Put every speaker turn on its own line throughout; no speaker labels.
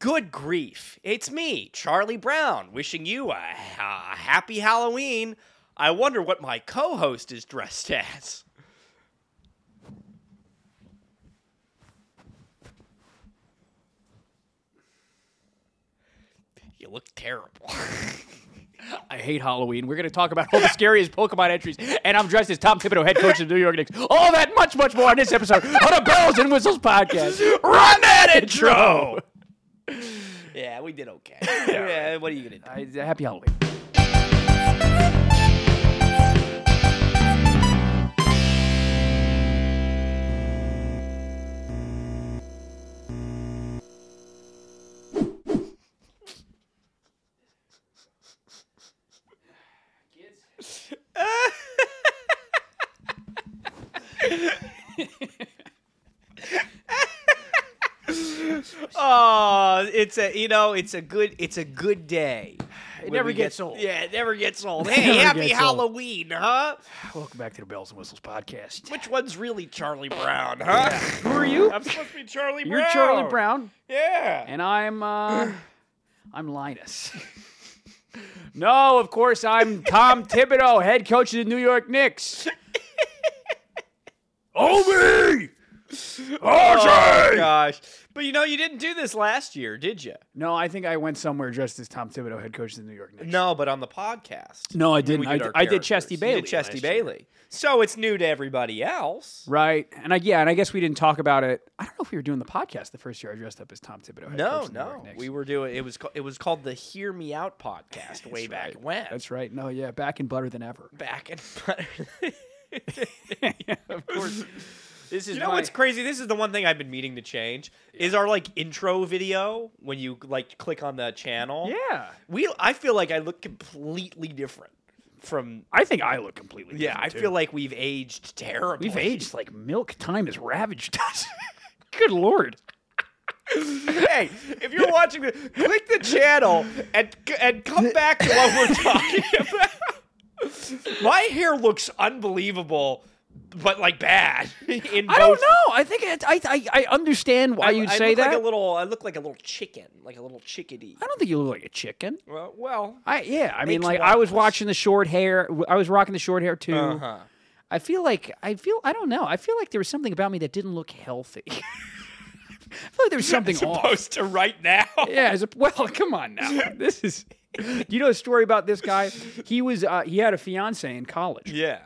Good grief. It's me, Charlie Brown, wishing you a, ha- happy Halloween. I wonder what my co host is dressed as. You look terrible.
I hate Halloween. We're going to talk about all the scariest Pokemon entries, and I'm dressed as Tom Thibodeau, head coach of the New York Knicks. All that much, much more on this episode on the Bells and Whistles podcast.
Run that intro! yeah, we did okay. yeah, what are you going to do?
I- uh, happy Halloween.
Oh, it's a you know, it's a good it's a good day. It
never gets old.
Yeah, it never gets old. Hey,
never
happy
gets old.
Halloween, huh?
Welcome back to the Bells and Whistles podcast.
Which one's really Charlie Brown, huh?
Who are you?
I'm supposed to be Charlie
You're
Brown.
Charlie Brown,
Yeah.
and I'm uh, I'm Linus. no, of course I'm Tom Thibodeau, head coach of the New York Knicks. Obi!
Oh gosh. But you know you didn't do this last year, did you?
No, I think I went somewhere dressed as Tom Thibodeau, head coach of the New York Knicks.
No, but on the podcast.
No, I
We
didn't.
our
I, I did
characters.
Chesty
You
Bailey.
did Chesty
last year.
Bailey. So it's new to everybody else.
Right. And I, yeah, and I guess we didn't talk about it. I don't know if we were doing the podcast the first year I dressed up as Tom Thibodeau. head coach
No,
of the New York
no.
Knicks.
We were doing it was ca- it was called the Hear Me Out podcast way back
right.
when.
That's right. No, yeah, back in butter than ever.
back and butter.
of course. This is
You know what's crazy? This is the one thing I've been meaning to change is our like intro video when you like click on the channel.
Yeah.
we. I feel like I look completely different from.
I think I look completely
Yeah, I
different, too.
feel like we've aged terribly.
we've aged like milk. Time has ravaged us. Good lord.
Hey, if you're watching, the, click the channel and and come back to what we're talking about. My hair looks unbelievable, but like bad. In
I don't
both-
know. I think it, I, I I understand why
I-
you'd
I
say
look
that.
Like a little, I look like a little chicken, like a little chickadee.
I don't think you look like a chicken.
Well, well
I yeah, I mean,
Makes
like
one
I was
of us.
watching the short hair. I was rocking the short hair too.
Uh-huh.
I feel like I feel I don't know. I feel like there was something about me that didn't look healthy. I feel like there was something off.
Supposed to right now.
Yeah, as a, well, come on now. This is. You know a story about this guy? He was uh, he had a fiance in college
Yeah.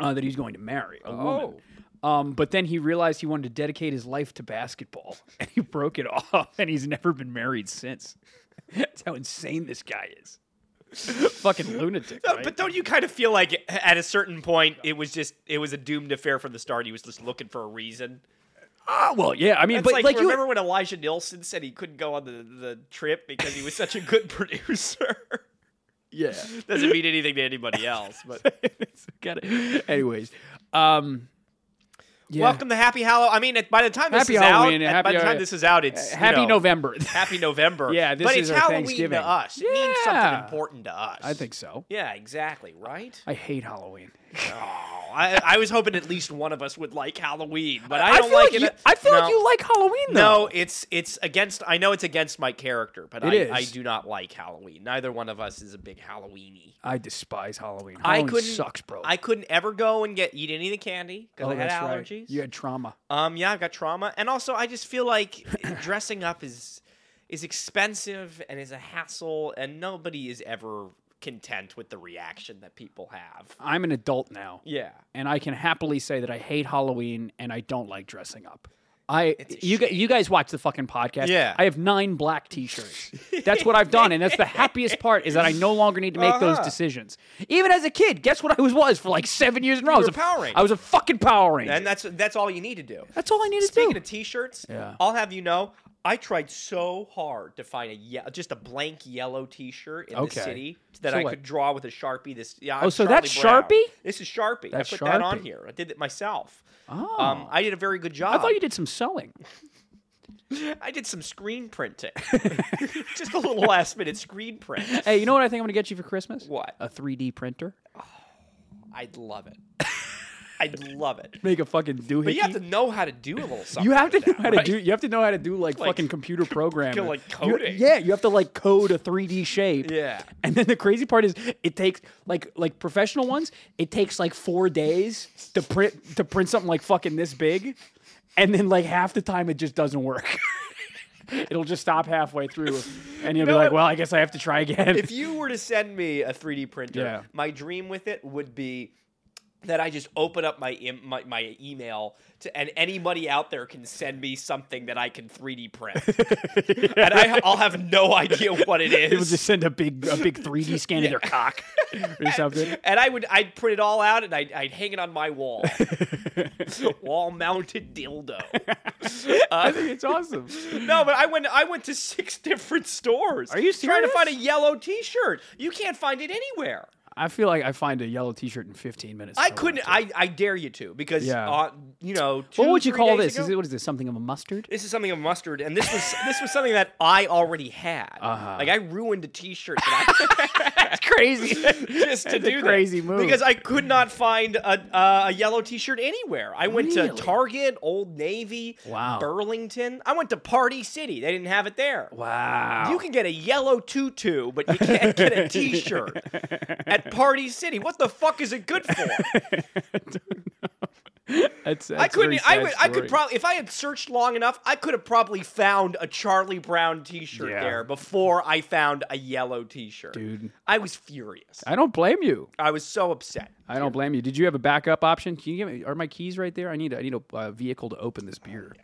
Oh.
uh, that he's going to marry a woman. Um, but then he realized he wanted to dedicate his life to basketball, and he broke it off, and he's never been married since. That's how insane this guy is. Fucking lunatic. right?
Uh, But don't you kind of feel like at a certain point it was just it was a doomed affair from the start? He was just looking for a reason.
Ah, well, yeah. I mean,
It's
but
like,
like, you
remember when Elijah Nilsson said he couldn't go on the, the trip because he was such a good producer?
yeah.
Doesn't mean anything to anybody else. But
Got it. Anyways, um, yeah.
welcome to Happy Halloween. I mean, at- by the time this
Happy
is
Halloween
out,
and
at- by
happy-
the time this is out, it's you
happy
know,
November.
Happy November.
Yeah, this
but it's
is our
Halloween
Thanksgiving.
to us. It means something
Yeah.
important to us.
I think so.
Yeah, exactly. Right.
I hate Halloween.
Oh, I, I was hoping at least one of us would like Halloween, but I
I
don't
feel
like, it.
like you, I feel
No.
like you like Halloween though.
No, it's it's against. I know it's against my character, but
It
I,
is.
I do not like Halloween. Neither one of us is a big Halloweeny.
I despise Halloween.
I
Halloween
couldn't-
sucks, bro.
I couldn't ever go and get eat any of the candy because
oh,
I had
that's
allergies.
Right. You had trauma.
Um, yeah, I've got trauma, and also I just feel like dressing up is is expensive and is a hassle, and nobody is ever content with the reaction that people have.
I'm an adult now,
Yeah.
and I can happily say that I hate Halloween and I don't like dressing up. I
It's a
you gu- you guys watch the fucking podcast.
Yeah.
I have nine black T-shirts. That's what I've done, and that's the happiest part is that I no longer need to make those
Uh-huh.
decisions. Even as a kid, guess what I was was for like seven years in a row. I
were
was
a Power Ranger.
I was a fucking Power Ranger.
And that's that's all you need to do.
that's all I needed
Speaking
to do.
of t-shirts,
Yeah.
I'll have you know, I tried so hard to find a ye- just a blank yellow t-shirt in
Okay.
the city that
So
I
what?
could draw with a sharpie. This yeah,
Oh,
I'm
so
Charlie
that's
Brown.
Sharpie?
This is sharpie.
That's
I put that on
Sharpie.
here. I did it myself.
oh,
Um, I did a very good job.
I thought you did some sewing.
I did some screen printing, just a little last minute screen print.
Hey, you know what I think I'm gonna get you for Christmas?
What?
A 3D printer.
I'd love it. I love it.
Make a fucking doohickey.
But you have to know how to do a little something.
You have to
with
know
that,
how to
right?
do. You have to know how to do like,
Like,
fucking computer programming.
like
You-
coding.
yeah, you have to like code a 3D shape.
Yeah.
And then the crazy part is, it takes like like professional ones. It takes like four days to print to print something like fucking this big, and then like half the time it just doesn't work. It'll just stop halfway through, and you'll
No,
be like,
it-
"Well, I guess I have to try again."
If you were to send me a 3D printer,
Yeah.
my dream with it would be that I just open up my im- my, my email to, and anybody out there can send me something that I can 3D print, and I, I'll have no idea what it is.
It will just send a big a big 3D scan of their cock or something.
and I would I'd print it all out and I'd, I'd hang it on my wall, wall mounted dildo. Uh,
I think it's awesome.
No, but I went I went to six different stores.
Are you
trying to
serious?
find a yellow T-shirt? You can't find it anywhere.
I feel like I find a yellow T-shirt in 15 minutes.
I
if wanted
couldn't.
to.
I, I dare you to because
Yeah.
uh, you know. Two,
What would you
three
call
days
this? Is
ago-
it what is this? Something of a mustard?
this is something of mustard, and this was this was something that I already had.
Uh-huh.
Like I ruined a T-shirt that I
Crazy.
just to
That's a
do that.
crazy move.
because I could not find a uh, a yellow T-shirt anywhere. I went
Really?
to Target, Old Navy,
Wow.
Burlington. I went to Party City. They didn't have it there.
wow.
You can get a yellow tutu, but you can't get a T-shirt at Party City. What the fuck is it good for?
that's,
I couldn't. e, I would. I could probably. If I had searched long enough, I could have probably found a Charlie Brown T-shirt
Yeah.
there before I found a yellow T-shirt.
Dude.
I was furious.
I don't blame you.
I was so upset.
I don't blame you. Did you have a backup option? Can you give me? Are my keys right there? I need. I need a uh, vehicle to open this beer.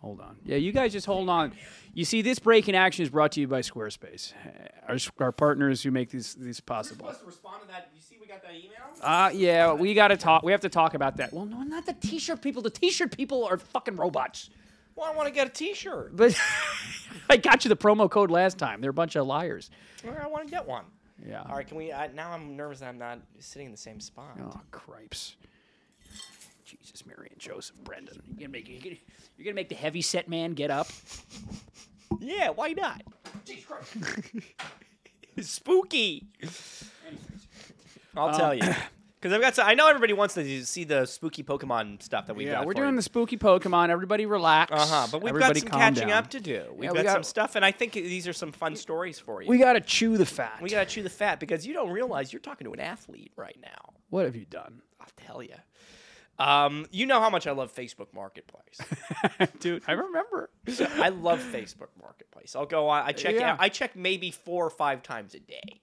Hold on. Yeah, you guys just hold on. You see, this break in action is brought to you by Squarespace, eh, our, our partners who make this this possible.
to respond to that. You see, we got that email.
Uh, yeah, we gotta talk. We have to talk about that. Well, no, not the T-shirt people. The T-shirt people are fucking robots.
Well, I want to get a T-shirt.
But I got you the promo code last time. They're a bunch of liars.
Well, I want to get one.
Yeah.
All right, can we? I, now I'm nervous. that I'm not sitting in the same spot.
Oh, cripes. Jesus, Mary and Joseph, Brendan. You're gonna make you're gonna, you're gonna make the heavy set man get up.
Yeah, why not? Spooky.
Um,
I'll tell you. Because I've got some, I know everybody wants to see the spooky Pokemon stuff that we
Yeah,
got.
we're doing the spooky Pokemon. Everybody relax.
Uh huh. But we've
Everybody
got some
calm
catching
down.
up to do. We've
Yeah, we
got,
got-
some stuff, and I think these are some fun stories for you.
We gotta chew the fat.
we got to chew the fat because you don't realize you're talking to an athlete right now.
what have you done,
I'll tell you. Um, you know how much I love Facebook Marketplace.
dude? I remember.
I love Facebook Marketplace. I'll go on. I check.
Yeah.
I check maybe four or five times a day,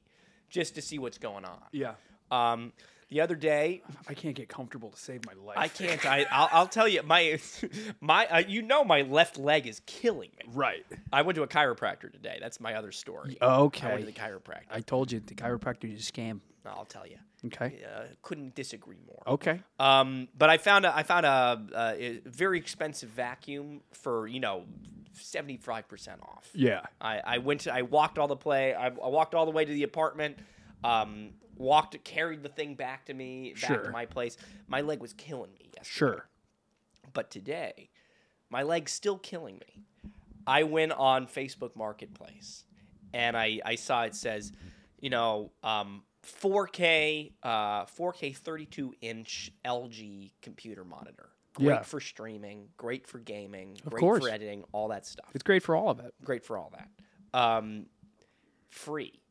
just to see what's going on.
Yeah,
Um, the other day,
I can't get comfortable to save my life.
I can't. I, I'll, I'll tell you, my my, uh, you know, my left leg is killing me.
Right.
I went to a chiropractor today. That's my other story. I went to
Okay.
the chiropractor.
I told you the chiropractor is a scam.
I'll tell you.
Okay.
Uh, couldn't disagree more.
Okay.
Um, but I found a, I found a, a very expensive vacuum for you know seventy five percent off.
Yeah.
I, I went to, I walked all the play. I, I walked all the way to the apartment. Um, walked, carried the thing back to me, back
Sure.
to my place. My leg was killing me. Yes,
Sure.
but today, my leg's still killing me. I went on Facebook Marketplace, and I I saw it says, you know, um, 4K, uh, 4K 32 inch LG computer monitor. Great
Yeah.
for streaming, great for gaming, great
course.
for editing, all that stuff
It's great for all of it.
great for all that. Um, free.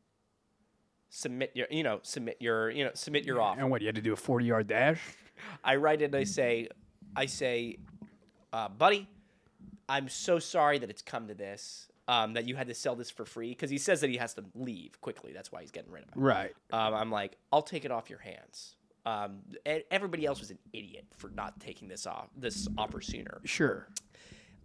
Submit your, you know, submit your, you know, submit your offer.
And what you had to do a forty-yard dash?
I write it. and I say, I say, uh, buddy, I'm so sorry that it's come to this. Um, that you had to sell this for free because he says that he has to leave quickly. That's why he's getting rid of it.
Right.
Um, I'm like, I'll take it off your hands. Um, e- everybody else was an idiot for not taking this off this offer sooner.
Sure.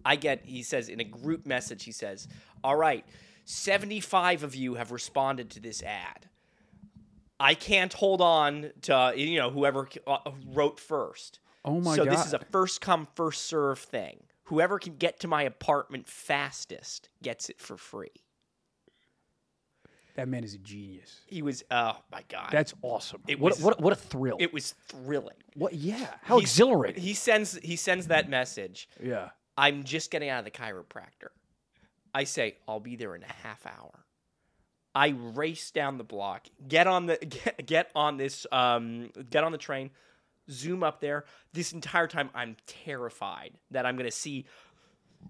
I get, he says in a group message, he says, All right, 75 of you have responded to this ad. I can't hold on to, uh, you know, whoever uh, wrote first.
Oh my
so
god.
this is a first come, first serve thing. Whoever can get to my apartment fastest gets it for free.
that man is a genius.
He was, oh my God.
That's awesome.
It
what,
was-
what what a thrill.
it was thrilling.
what yeah. How
He-
exhilarating.
He sends he sends that message.
yeah.
I'm just getting out of the chiropractor. I say, I'll be there in a half hour. I race down the block, get on the get, get on this um, get on the train, zoom up there. This entire time, I'm terrified that I'm gonna see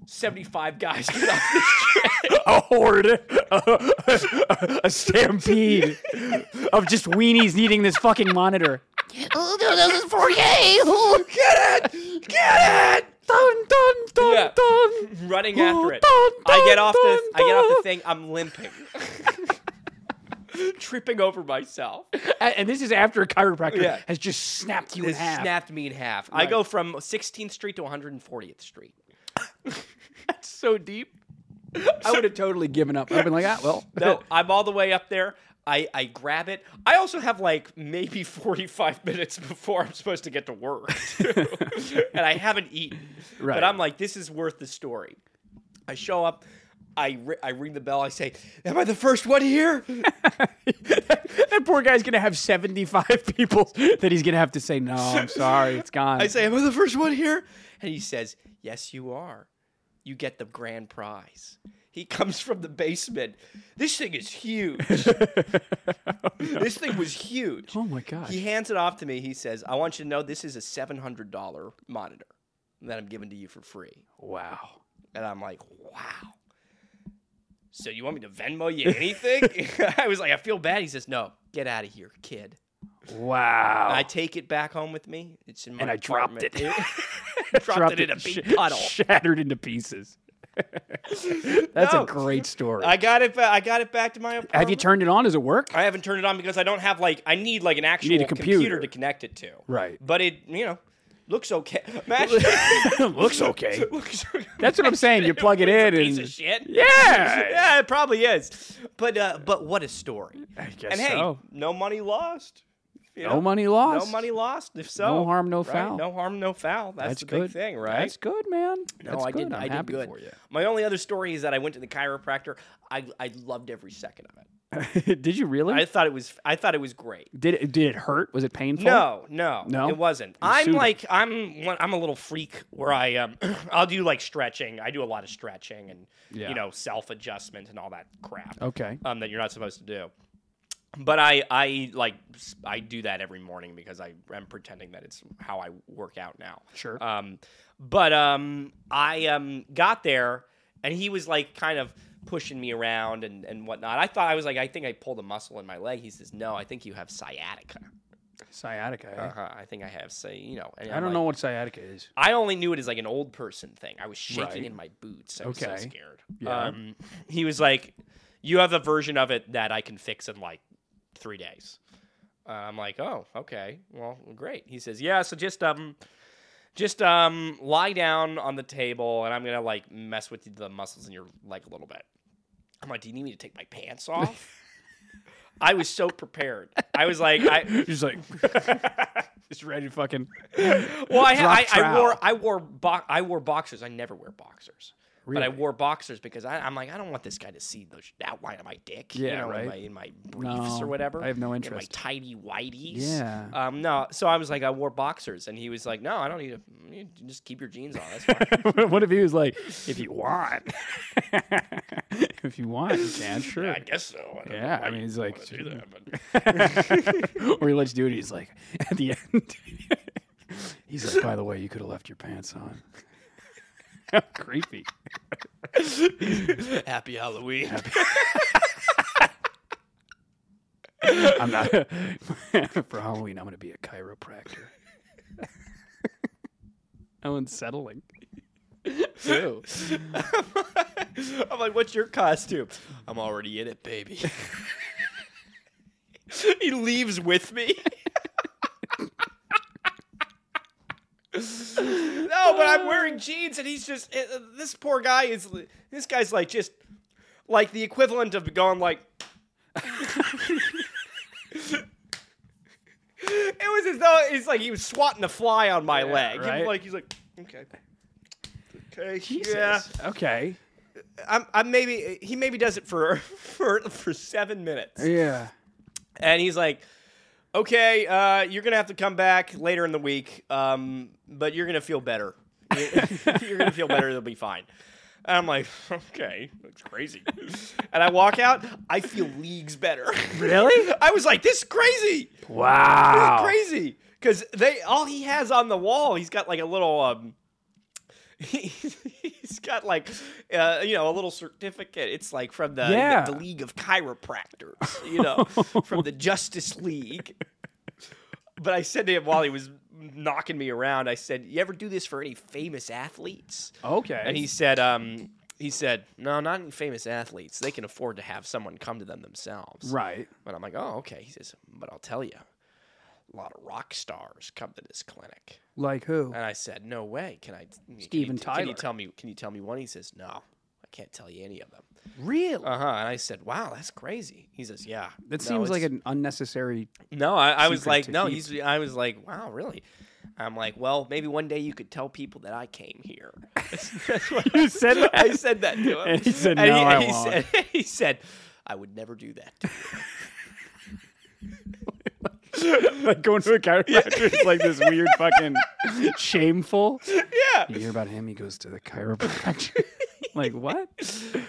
75 guys get off this
a horde, a, a stampede of just weenies needing this fucking monitor.
Oh, no, this is for you.
Get it! Get it!
Dun dun dun
Yeah.
dun.
Running after it.
Dun,
I get
dun,
off the I
dun,
get off the
dun.
thing. I'm limping, tripping over myself.
A- And this is after a chiropractor
Yeah.
has just snapped you
It
in half.
snapped me in half. I
Right.
go from 16th Street to 140th Street.
That's so deep. I would have totally given up. I've been like, ah, well,
No, I'm all the way up there. I, I grab it. I also have like maybe 45 minutes before I'm supposed to get to work, too. and I haven't eaten.
Right.
But I'm like, this is worth the story. I show up. I, ri- I ring the bell. I say, "Am I the first one here?"
that poor guy's gonna have seventy-five people that he's gonna have to say, no, I'm sorry, it's gone.
I say, Am I the first one here? And he says, Yes, you are. You get the grand prize. He comes from the basement. This thing is huge. this thing was huge.
oh my gosh.
He hands it off to me. He says, I want you to know this is a $700 monitor that I'm giving to you for free.
Wow.
And I'm like, Wow. So you want me to Venmo you anything? I was like, I feel bad. He says, No, get out of here, kid.
Wow.
I take it back home with me. It's in my
Oh. And I dropped
apartment.
it.
dropped, it in a
sh-
big puddle.
Shattered into pieces. That's
No.
a great story.
I got it. Ba- I got it back to my apartment.
have you turned it on? Does it work?
I haven't turned it on because I don't have like I need like an actual
need a computer.
to connect it to.
Right.
But it you know looks okay. Imagine
Looks okay.
looks okay.
That's what I'm saying. You plug it
It's
in
a piece
and-
of shit.
Yeah.
yeah, it probably is. But uh, but what a story.
I guess
and hey,
so.
no money lost. You
No
know?
money lost.
No money lost. If so,
No harm, no
right?
foul.
No harm, no foul. That's,
That's
the
good.
big thing, right?
That's good, man.
No,
That's
I
good.
did.
I'm
I did
happy
good.
for you.
My only other story is that I went to the chiropractor. I, I loved every second of it.
Hmm. did you really?
I thought it was I thought it was great.
did it? Did it hurt? Was it painful?
No, no,
No?
it wasn't. I'm
soothing.
like I'm one, I'm a little freak where I um I'll do like stretching. I do a lot of stretching and
Yeah.
you know self adjustment and all that crap
Okay.
um that you're not supposed to do. But I I like s- I do that every morning because I am pretending that it's how I work out now.
Sure.
Um, but um, I um, got there, and he was like kind of pushing me around and, and whatnot. I thought I was like, I think I pulled a muscle in my leg. He says, No, I think you have sciatica.
Sciatica. eh?
Uh-huh. I think I have, say, you know. And
I don't know what sciatica is.
I only knew it as like an old person thing. I was shaking
Right.
in my boots. I was so
Okay.
scared.
Yeah.
Um, he was like, "You have a version of it that I can fix in like three days." Uh, I'm like, "Oh, okay. Well, great." He says, "Yeah. So just um, just um, lie down on the table, and I'm gonna like mess with the muscles in your leg a little bit." I'm like, "Do you need me to take my pants off?" I was so prepared. I was like, I,
She's like, just ready to fucking.
Well, I,
Drop
I, I
trowel.
wore I wore bo- I wore boxers. I never wear boxers, but I
Really?
wore boxers because I, I'm like I don't want this guy to see the sh- outline of my dick. you
Yeah,
know,
right.
In my, in my briefs
No,
or whatever.
I have no
In my
interest.
tidy whiteys.
Yeah.
Um. No. So I was like, I wore boxers, and he was like, No, I don't need to. You just keep your jeans on. That's fine.
what if he was like, if you want, if you want, you can, sure.
I guess so. I don't know
Yeah,
why
I mean,
you
he's
wanna
like-
do that, but-
or he lets you do it. He's like, at the end, he's like, by the way, you could have left your pants on. How creepy.
Happy Halloween.
I'm not. for Halloween, I'm going to be a chiropractor. How unsettling. Ew.
I'm like, what's your costume? I'm already in it, baby. he leaves with me. no, but I'm wearing jeans, and he's just eh, eh, this poor guy is. This guy's like just like the equivalent of going like. it was as though it's like he was swatting a fly on my leg. He was
right?
like he's like, okay, okay,
Jesus.
yeah.
Okay.
I'm, I'm maybe he maybe does it for for for seven minutes,
Yeah.
and he's like, "Okay, uh, you're gonna have to come back later in the week, um, but you're gonna feel better. You're, you're gonna feel better. It'll be fine." And I'm like, "Okay, that's crazy." and I walk out. I feel leagues better.
Really?
I was like, "This is crazy,
Wow.
crazy." because they all he has on the wall, he's got like a little um, he's got like uh, you know a little certificate. It's like from the, the-
Yeah.
the League of Chiropractors, you know, from the Justice League. But I said to him while he was knocking me around, I said, "You ever do this for any famous athletes?"
Okay.
And he said, um, he said, no, not any famous athletes. They can afford to have someone come to them themselves.
right.
But I'm like, oh, okay. He says, but I'll tell you, a lot of rock stars come to this clinic.
Like who?
And I said, no way. Can I? can you-
Steven
can you, Can you
Tyler.
tell me? Can you tell me one? He says, no, I can't tell you any of them.
Really?
Uh huh. And I said, wow, that's crazy. He says, yeah.
that
No,
seems like
it's-
an unnecessary.
no, I, I was
secret
like,
to
no,
keep.
he's. I was like, wow, really? I'm like, well, maybe one day you could tell people that I came here. That's what
You said that?
I said that to him,
And he said, "No, I
he
won't."
said- he said, I would never do that. to you."
like going to a chiropractor is like this weird fucking shameful.
yeah,
You hear about him? He goes to the chiropractor. like what?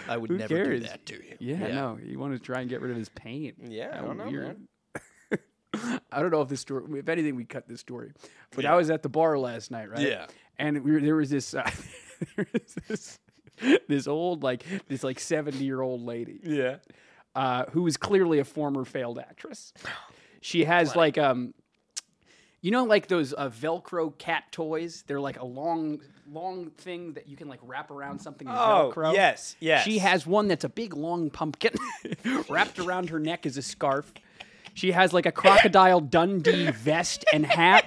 I would
Who
never
cares?
do that to you.
Yeah, no. You want to try and get rid of his pain.
Yeah, I
How
don't know, man.
I don't know if this story. If anything, we cut this story. But I was at the bar last night, right?
Yeah.
And we were, there was this. Uh, there was this. This old, like this, like seventy-year-old lady,
yeah.
uh, who is clearly a former failed actress. She has like um, you know, like those uh, Velcro cat toys. They're like a long, long thing that you can like wrap around something. in
Oh,
Velcro.
yes, yes.
She has one that's a big long pumpkin wrapped around her neck as a scarf. She has like a crocodile Dundee vest and hat,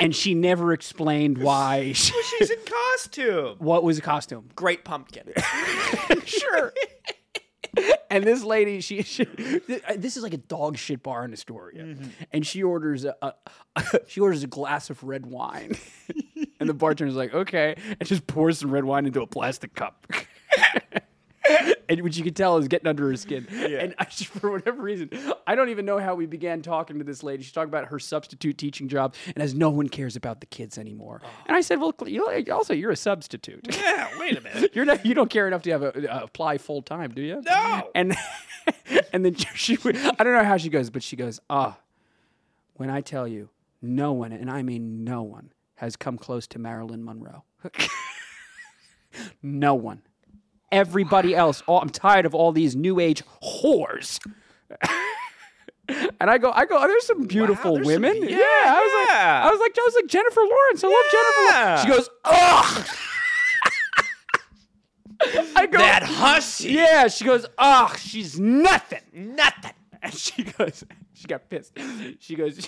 and she never explained why. She,
She's in costume.
what was the costume?
Great pumpkin. sure.
and this lady, she, she th- uh, this is like a dog shit bar in Astoria, and she orders a, a she orders a glass of red wine, and the bartender's like, okay, and just pours some red wine into a plastic cup. And which you could tell is getting under her skin. And I just, for whatever reason, I don't even know how we began talking to this lady. She talked about her substitute teaching job and as no one cares about the kids anymore. And I said, well, cl- you- also, you're a substitute.
Yeah. Wait a minute.
You're not. You don't care enough to have a uh, apply full time, do you?
No.
And and then she. would- I don't know how she goes, but she goes. Ah, when I tell you, no one, and I mean no one, has come close to Marilyn Monroe. no one. Everybody else. All, I'm tired of all these new age whores. And I go, I go. Oh, there's some beautiful
there's some-
women.
yeah,
I was
yeah.
like, I was like, I was like Jennifer Lawrence. I
Yeah.
love Jennifer. Lawrence. She goes, ugh. I go,
That hussy.
yeah. She goes, ugh, she's nothing.
Nothing.
And she goes, she got pissed. She goes,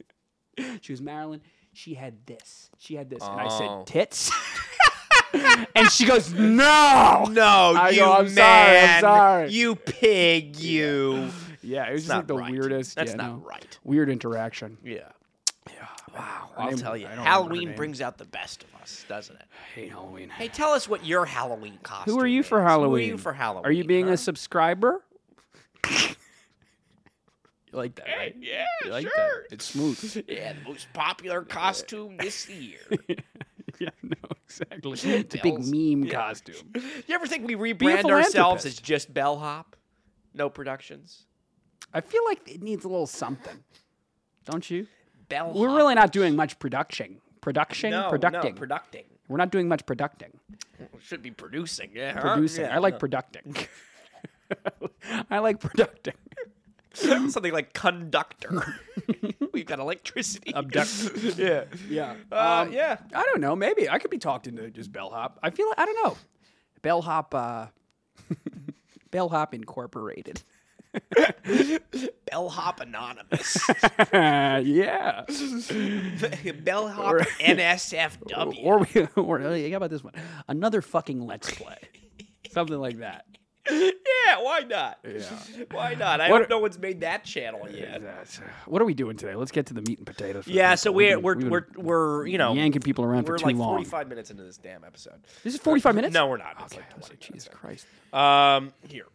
she, goes, Marilyn, she had this. She had this. And I
Oh.
said, tits. and she goes, no.
No,
I
you
go, "I'm sorry, I'm
man.
sorry."
You pig. You.
Yeah, it was just
not
like the
right.
weirdest.
That's
yeah,
not
no.
right.
Weird interaction.
Yeah.
Wow.
I'll tell you, Halloween brings out the best of us, doesn't it?
hate Halloween.
Hey, tell us what your Halloween costume.
Who are you for
is.
Halloween?
Who are you for Halloween?
Are you being
huh?
a subscriber? you like that, right?
Yeah,
You like
sure.
that. It's smooth.
Yeah, the most popular costume this year.
yeah, no, exactly. It's a big
Bells.
meme costume.
you ever think we rebrand ourselves
philanthropist.
as just bellhop? No productions.
I feel like it needs a little something. Don't you?
Bellhop.
We're really not doing much production. Production?
no,
producting.
No, producting.
We're not doing much producting.
Should be producing. Yeah. huh?
Producing.
Uh, Yeah,
I like
no.
producting. I like producting.
something like conductor. We've got electricity.
Abduct-
yeah.
Yeah.
Uh,
um,
yeah.
I don't know. Maybe I could be talked into just bellhop. I feel. I don't know. Bellhop. Uh, bellhop Incorporated.
Bellhop Anonymous.
yeah.
Bellhop NSFW.
Or we. Or hey, how about this one? Another fucking let's play. Something like that.
yeah, why not? Why not? I
What-
don't know what's made that channel yet.
That's- What are we doing today? Let's get to the meat and potatoes. for the
Yeah,
people.
so
We've
we're we're
been- we've
we're,
been
we're you know
yanking people around
we're
for too
like
long.
45 minutes into this damn episode.
This is forty-five minutes.
No, we're not. It's
Okay,
like
I was
20
like, Jesus Christ.
Um, here.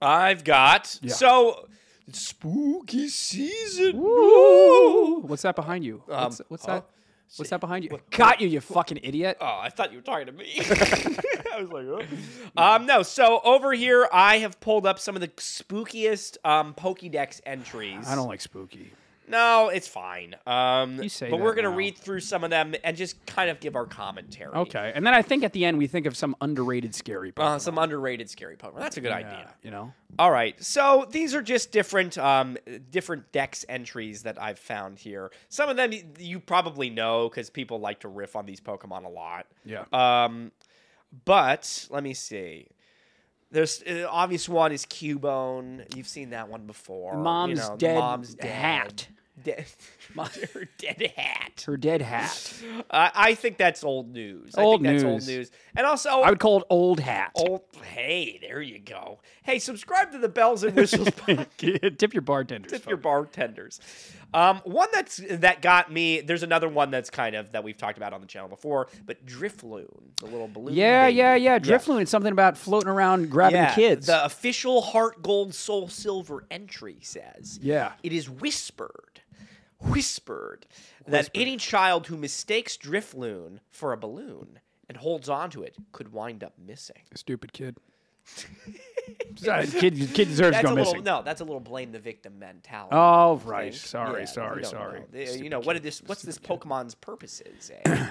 I've got
Yeah.
so spooky season.
What's that behind you?
Um,
what's what's
huh?
that? What's that behind you? Got you, you fucking idiot.
Oh, I thought you were talking to me. I was like, oh. um, no. So over here, I have pulled up some of the spookiest um Pokédex entries.
I don't like spooky.
No, it's fine. Um,
You say
but
that
we're gonna
now.
read through some of them and just kind of give our commentary.
Okay, and then I think at the end we think of some underrated scary Pokemon.
Uh, some underrated scary Pokemon. That's a good idea.
You know,
All right, so these are just different, um, different Dex entries that I've found here. Some of them y- you probably know because people like to riff on these Pokemon a lot.
yeah.
Um, but let me see. There's uh, obvious one is Cubone. You've seen that one before. you
mom's
know, the
dead
mom's dead.
hat.
Dead. Her dead hat.
Her dead hat.
I I think that's old news.
Old
I think that's old
news.
news. And also,
I would call it old hat.
old. Hey, there you go. Hey, subscribe to the Bells and Whistles podcast.
Tip your bartenders.
Tip your
folks.
bartenders. Um, one that's that got me. There's another one that's kind of that we've talked about on the channel before, but Drifloon, the little balloon.
yeah,
baby.
yeah, yeah. Drifloon is something about floating around grabbing
Yeah,
kids.
The official Heart Gold Soul Silver entry says.
Yeah.
It is whispered, whispered, that any child who mistakes Drifloon for a balloon and holds onto it could wind up missing.
Stupid kid. kid, kid deserves to
That's
go
a little
missing.
no. That's a little blame the victim mentality.
Oh,
I
right.
think.
Sorry,
Yeah,
sorry,
we don't
sorry.
know. They- You
Stupid
know what? Did this? What's this Pokemon's purposes? eh?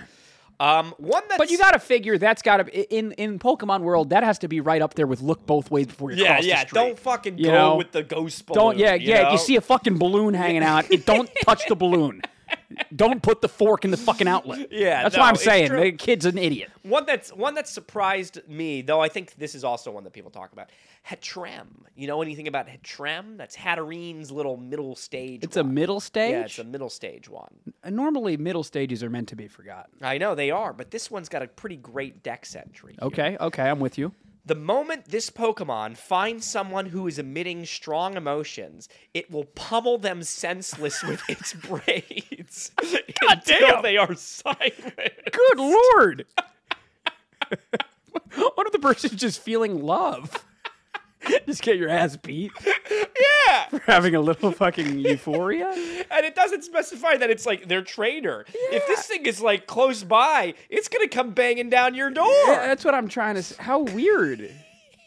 um, one that's
But you got to figure that's got to in in Pokemon world that has to be right up there with look both ways before you
yeah,
cross
yeah.
the street.
Don't fucking
You
go
know?
with the ghost balloon.
Don't yeah
you
yeah.
know?
You see a fucking balloon hanging out. It don't touch the balloon. Don't put the fork in the fucking outlet.
Yeah,
that's
no,
what I'm
it's
saying.
true.
The kid's an idiot.
One that's one that surprised me, though I think this is also one that people talk about. Hetrem. You know anything about Hetrem? That's Hatterene's little middle stage.
It's a
one.
middle stage.
Yeah, it's a middle stage one.
And normally middle stages are meant to be forgotten.
I know they are, but this one's got a pretty great dex entry. here.
Okay, okay, I'm with you.
The moment this Pokemon finds someone who is emitting strong emotions, it will pummel them senseless with its braids until
damn.
they are silent.
Good lord! One of the persons just feeling love. just get your ass beat
Yeah.
for having a little fucking euphoria.
And it doesn't specify that it's like their trainer. If this thing is like close by, it's gonna come banging down your door.
Yeah, that's what I'm trying to. s How weird.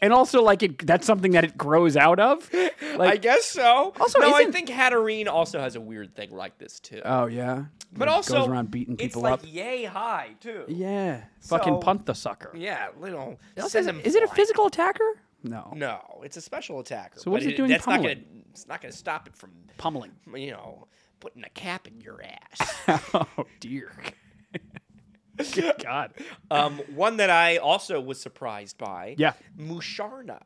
And also, like, it, that's something that it grows out of.
I
Like,
guess so.
Also,
no, I
isn't-
think Hatterene also has a weird thing like this too.
oh yeah.
but
It
also,
goes around beating people
it's
up.
like yay high too.
yeah, fucking
So-
punt the sucker.
Yeah, little.
Also,
send
Is,
them
is it a
flying.
physical attacker? No.
No, it's a special attacker.
So what
but
is it doing
That's not
pummeling?
gonna. It's not gonna stop it from
Pummeling.
you know putting a cap in your ass.
oh dear. Good God.
um, one that I also was surprised by.
Yeah.
Musharna.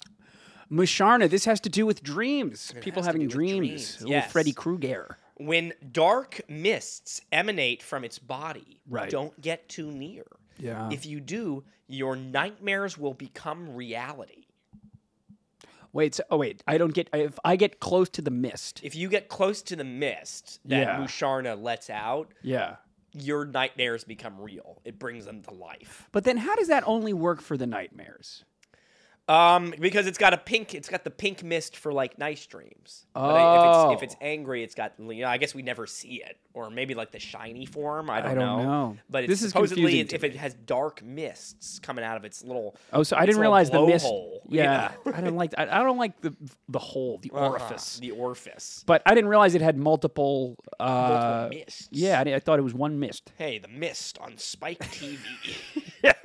Musharna, this has to do with dreams. People
has to
having
do with
dreams.
dreams,
Little
yes.
Freddy Krueger.
When dark mists emanate from its body,
Right.
don't get too near.
Yeah.
If you do, your nightmares will become reality.
Wait, so, oh wait, I don't get if I get close to the mist.
If you get close to the mist that
Yeah.
Musharna lets out,
Yeah.
your nightmares become real. It brings them to life.
But then how does that only work for the nightmares?
Um, because it's got a pink, it's got the pink mist for like nice dreams. But I- if, it's, if
Oh.
it's angry, it's got. You know, I guess we never see it, or maybe like the shiny form. I don't,
don't know.
But it's
This is
supposedly
confusing
it,
to
if it has dark mists coming out of its little.
Oh, so I
its
didn't
little
realize the mist.
blowhole, you
Yeah.
know?
I don't like I, I don't like the the hole, the orifice.
Uh-huh, the orifice.
But I didn't realize it had multiple uh
Multiple mists.
Yeah, I, I thought it was one mist.
Hey, the mist on Spike TV.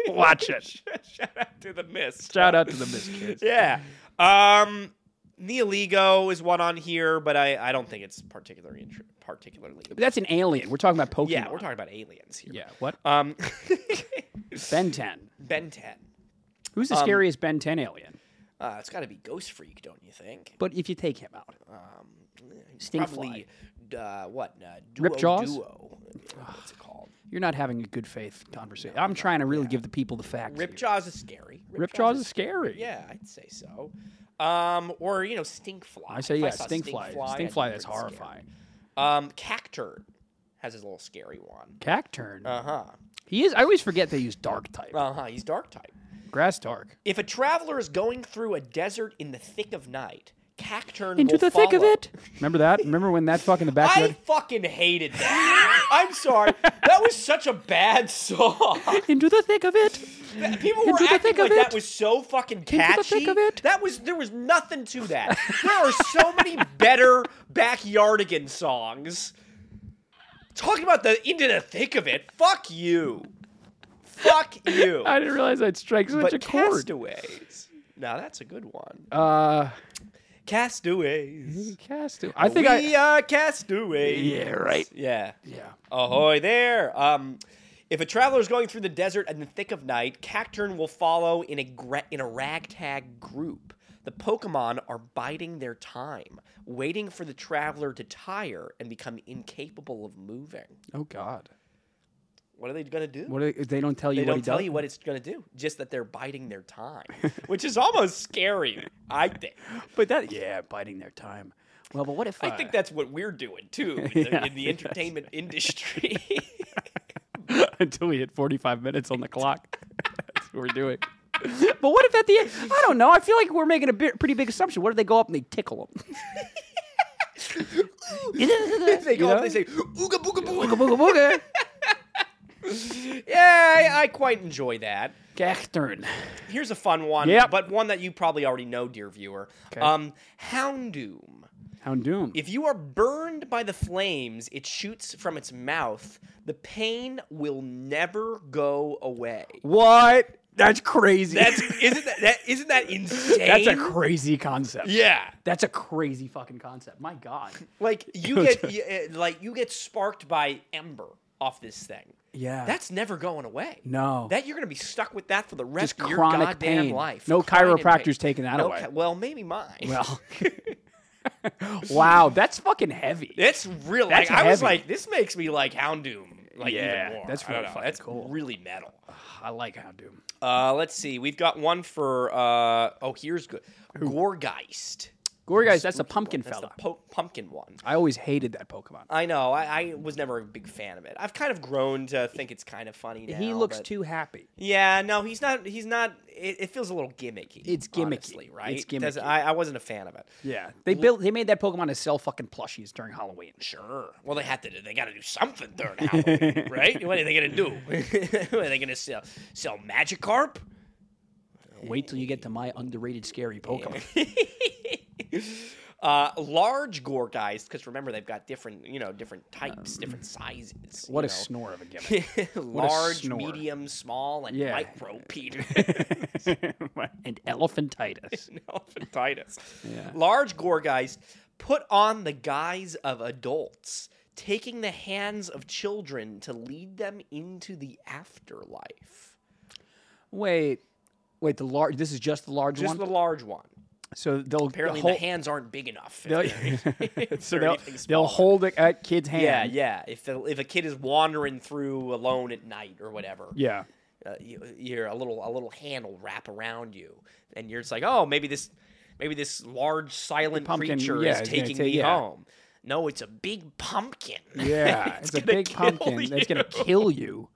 Watch it.
Shout out to the mist.
Shout out to the mist kids.
Yeah. Um, Neoligo is one on here, but I, I don't think it's particularly inter- particularly.
That's an alien. We're talking about Pokemon.
Yeah, we're talking about aliens here.
Yeah, what?
Um,
Ben 10.
Ben 10.
Who's the scariest Ben 10 alien?
Uh, it's got to be Ghost Freak, don't you think?
But if you take him out, Um, Stinkfly.
Probably, uh, what? Uh, duo,
Ripjaws?
Duo. Uh, What's it called?
you're not having a good faith conversation. I'm trying to really give the people the facts. here.
Ripjaws is scary.
Ripjaws is scary.
Yeah, I'd say so. Um, or, you know, Stinkfly.
I say
If
yeah,
saw
stinkfly.
I'd be
Stinkfly is
pretty scared.
horrifying.
Um, Cacturn has his little scary one.
Cacturn.
Uh huh.
he is I always forget they use dark type.
Uh huh. He's dark type.
Grass dark.
If a traveler is going through a desert in the thick of night, Cacturn
Into
will
the thick of
follow.
it. Remember that? Remember when that fucking the
I
backyard
fucking hated that. I'm sorry. That was such a bad song.
into the thick of it.
Th- People were
Into the
acting
thick of
like that
it.
was so fucking
the
catchy.
thick of it.
That was there was nothing to that. there are so many better backyardigan songs. Talking about the into the thick of it. Fuck you. Fuck you.
I didn't realize I'd strike such a
but
chord.
castaways. Now that's a good one.
Uh,
Castaways.
castaway. I think
we
I.
are castaways.
Yeah, right.
Yeah.
Yeah.
Ahoy there. Um, if a traveler is going through the desert in the thick of night, Cacturn will follow in a gra- in a ragtag group. The Pokemon are biding their time, waiting for the traveler to tire and become incapable of moving.
Oh God.
What are they gonna do?
What are, they don't tell you
they
what
don't
he
tell
does.
you what it's gonna do. Just that they're biding their time, which is almost scary. I think.
But that yeah, biding their time. Well, but what if
I think that's what we're doing too in the,
Yeah,
in the entertainment industry.
uh, until we hit 45 minutes on the clock. That's what we're doing. But what if at the end? I don't know. I feel like we're making a bit, pretty big assumption. What if they go up and they tickle them?
they go up,
know?
they say ooga booga booga.
booga booga booga.
Yeah, I, I quite enjoy that.
Cacturn.
Here's a fun one,
Yep.
but one that you probably already know, dear viewer. Um, Houndoom.
Houndoom.
If you are burned by the flames it shoots from its mouth, the pain will never go away.
what? That's crazy.
That's isn't that, that isn't that insane?
That's a crazy concept.
yeah.
That's a crazy fucking concept. My God.
Like you get you, uh, like you get sparked by ember off this thing.
Yeah.
That's never going away.
no.
That you're gonna be stuck with that for the rest
Just
of your
chronic
goddamn
pain.
life.
No
Chronic
chiropractor's
pain.
taking that
No
away.
chi- well, maybe mine.
well. wow. That's fucking heavy.
It's real.
That's
Like, I was
heavy.
like, this makes me like Houndoom. Like
Yeah,
even more.
that's
I don't
really
know.
fucking
That's
cool.
really metal.
I like Houndoom.
Uh, let's see. We've got one for uh, oh, here's good. Gorgeist.
Gory guys, that's a pumpkin
That's the
fella.
po- pumpkin one.
I always hated that Pokemon.
I know. I, I was never a big fan of it. I've kind of grown to think it's kind of funny now.
he looks
but-
too happy.
Yeah, no, he's not. He's not. It, it feels a little gimmicky.
It's gimmicky.
honestly, right?
It's
Doesn't-
gimmicky.
I, I wasn't a fan of it.
Yeah, they built. They made that Pokemon to sell fucking plushies during Halloween.
Sure. Well, they had to. They got to do something during Halloween, right? What are they gonna do? are they gonna sell sell Magikarp?
Wait till you get to my underrated scary Pokemon.
Uh, large gore guys, because remember they've got different, you know, different types, different sizes.
Um, What
you know.
a snore of a gimmick! a
large,
snore.
medium, small, and
Yeah.
micro Peter.
and elephantitis.
Elephantitis.
Yeah.
Large gore guys put on the guise of adults, taking the hands of children to lead them into the afterlife.
Wait, wait. The large. This is just the large
Just
one.
the large one.
so they'll
Apparently,
the
the,
whole,
hands aren't big enough. if they're-
they'll, so
or
they'll,
anything smaller.
they'll hold it at kid's hand.
yeah, yeah. If the, if a kid is wandering through alone at night or whatever,
yeah.
uh, you, you're a little a little hand will wrap around you, and you're just like, oh, maybe this maybe this large silent
Pumpkin,
creature
yeah,
is
it's gonna
taking
take-
me
yeah.
home. No, it's a big pumpkin.
Yeah, it's, a
gonna
big
kill
pumpkin that's gonna kill you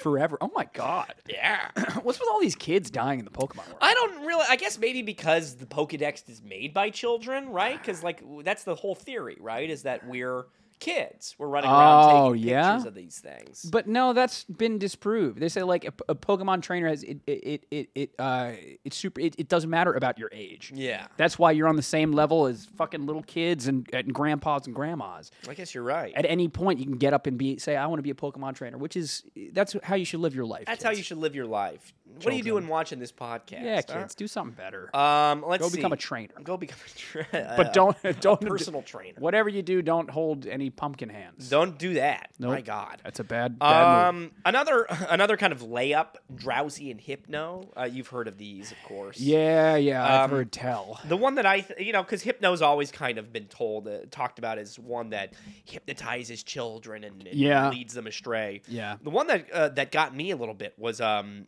forever. Oh my god!
yeah.
What's with all these kids dying in the Pokemon world?
I don't really. I guess maybe because the Pokedex is made by children, right? Because like w- that's the whole theory, right? Is that we're kids, we're running around
Oh,
taking
yeah?
pictures of these things.
But no, that's been disproved. They say like a, a Pokemon trainer has it it it it, it uh it's super. It, it doesn't matter about your age.
yeah,
That's why you're on the same level as fucking little kids and, and grandpas and grandmas.
I guess you're right.
At any point, you can get up and be say, "I want to be a Pokemon trainer," which is that's how you should live your life.
That's how
kids.
you should live your life. What are you doing watching this podcast?
Yeah,
huh?
kids, do something better.
Um, let's
Go become
see.
a trainer.
Go become a uh, trainer.
but don't don't
personal trainer.
Whatever you do, don't hold any pumpkin hands.
Don't do that. My
Nope.
God.
That's a bad. bad move.
Um, another another kind of layup, drowsy and hypno. Uh, you've heard of these, of course.
Yeah, yeah, I've
um,
heard tell.
The one that I, th- you know, because hypno's always kind of been told, uh, talked about as one that hypnotizes children and, and
Yeah.
leads them astray.
Yeah.
The one that uh, that got me a little bit was um,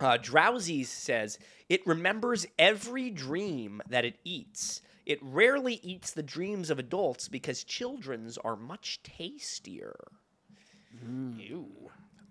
uh, Drowsy says it remembers every dream that it eats. It rarely eats the dreams of
Mm.
adults because children's are much tastier. Ew.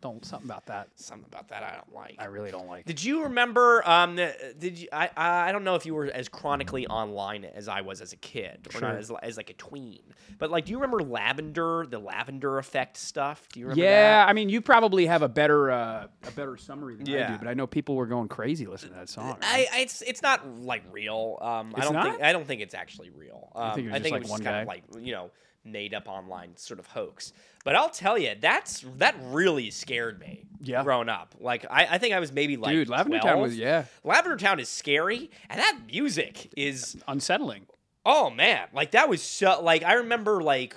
Don't something about that.
Something about that I don't like.
I really don't like.
Did you remember? Um, the- did you? I I don't know if you were as chronically online as I was as a kid, or not
Sure.
as li- as like a tween. But like, do you remember lavender, the lavender effect stuff? Do you remember?
yeah,
that?
I mean, you probably have a better uh, a better summary than I
Yeah.
do, but I know people were going crazy listening to that song.
I, I it's it's not like real. Um, I
It's
don't
not?
think I don't think it's actually real. Um,
think it was
I
just
think
like
it was
one
just kind of like you know made up online sort of hoax. But I'll tell you, that's that really scared me.
Yeah.
growing up, like I, I think I was maybe like
Dude, Lavender Town
12.
was- yeah.
Lavender Town is scary, and that music is
Unsettling.
Oh man, like that was so like I remember like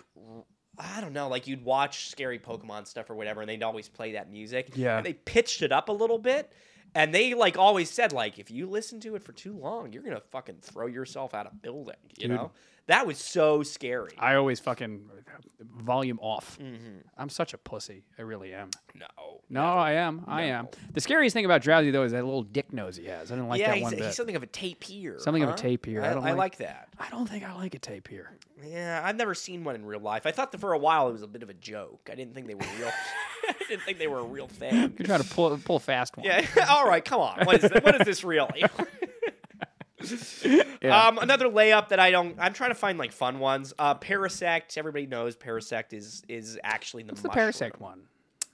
I don't know, like you'd watch scary Pokemon stuff or whatever, and they'd always play that music.
Yeah.
and they pitched it up a little bit, and they like always said like if you listen to it for too long, you're gonna fucking throw yourself out of building. You know, that was so scary.
I always fucking volume off.
Mm-hmm.
I'm such a pussy. I really am.
no.
No, I am. I am. The scariest thing about Drowsy though is that little dick nose he has. I didn't like
yeah,
that
he's,
one
he's
bit.
something of a tapir.
Something of a
huh?
tapir. I
I,
don't
I
like-
like that.
I don't think I like a tape here.
Yeah, I've never seen one in real life. I thought that for a while it was a bit of a joke. I didn't think they were real. I didn't think they were a real thing.
You're trying to pull pull a fast one.
Yeah. All right. Come on. What is, th- what is this really?
Yeah.
Um, another layup that I don't. I'm trying to find like fun ones. Uh, Parasect. Everybody knows Parasect is is actually the
What's the
mushroom.
Parasect one?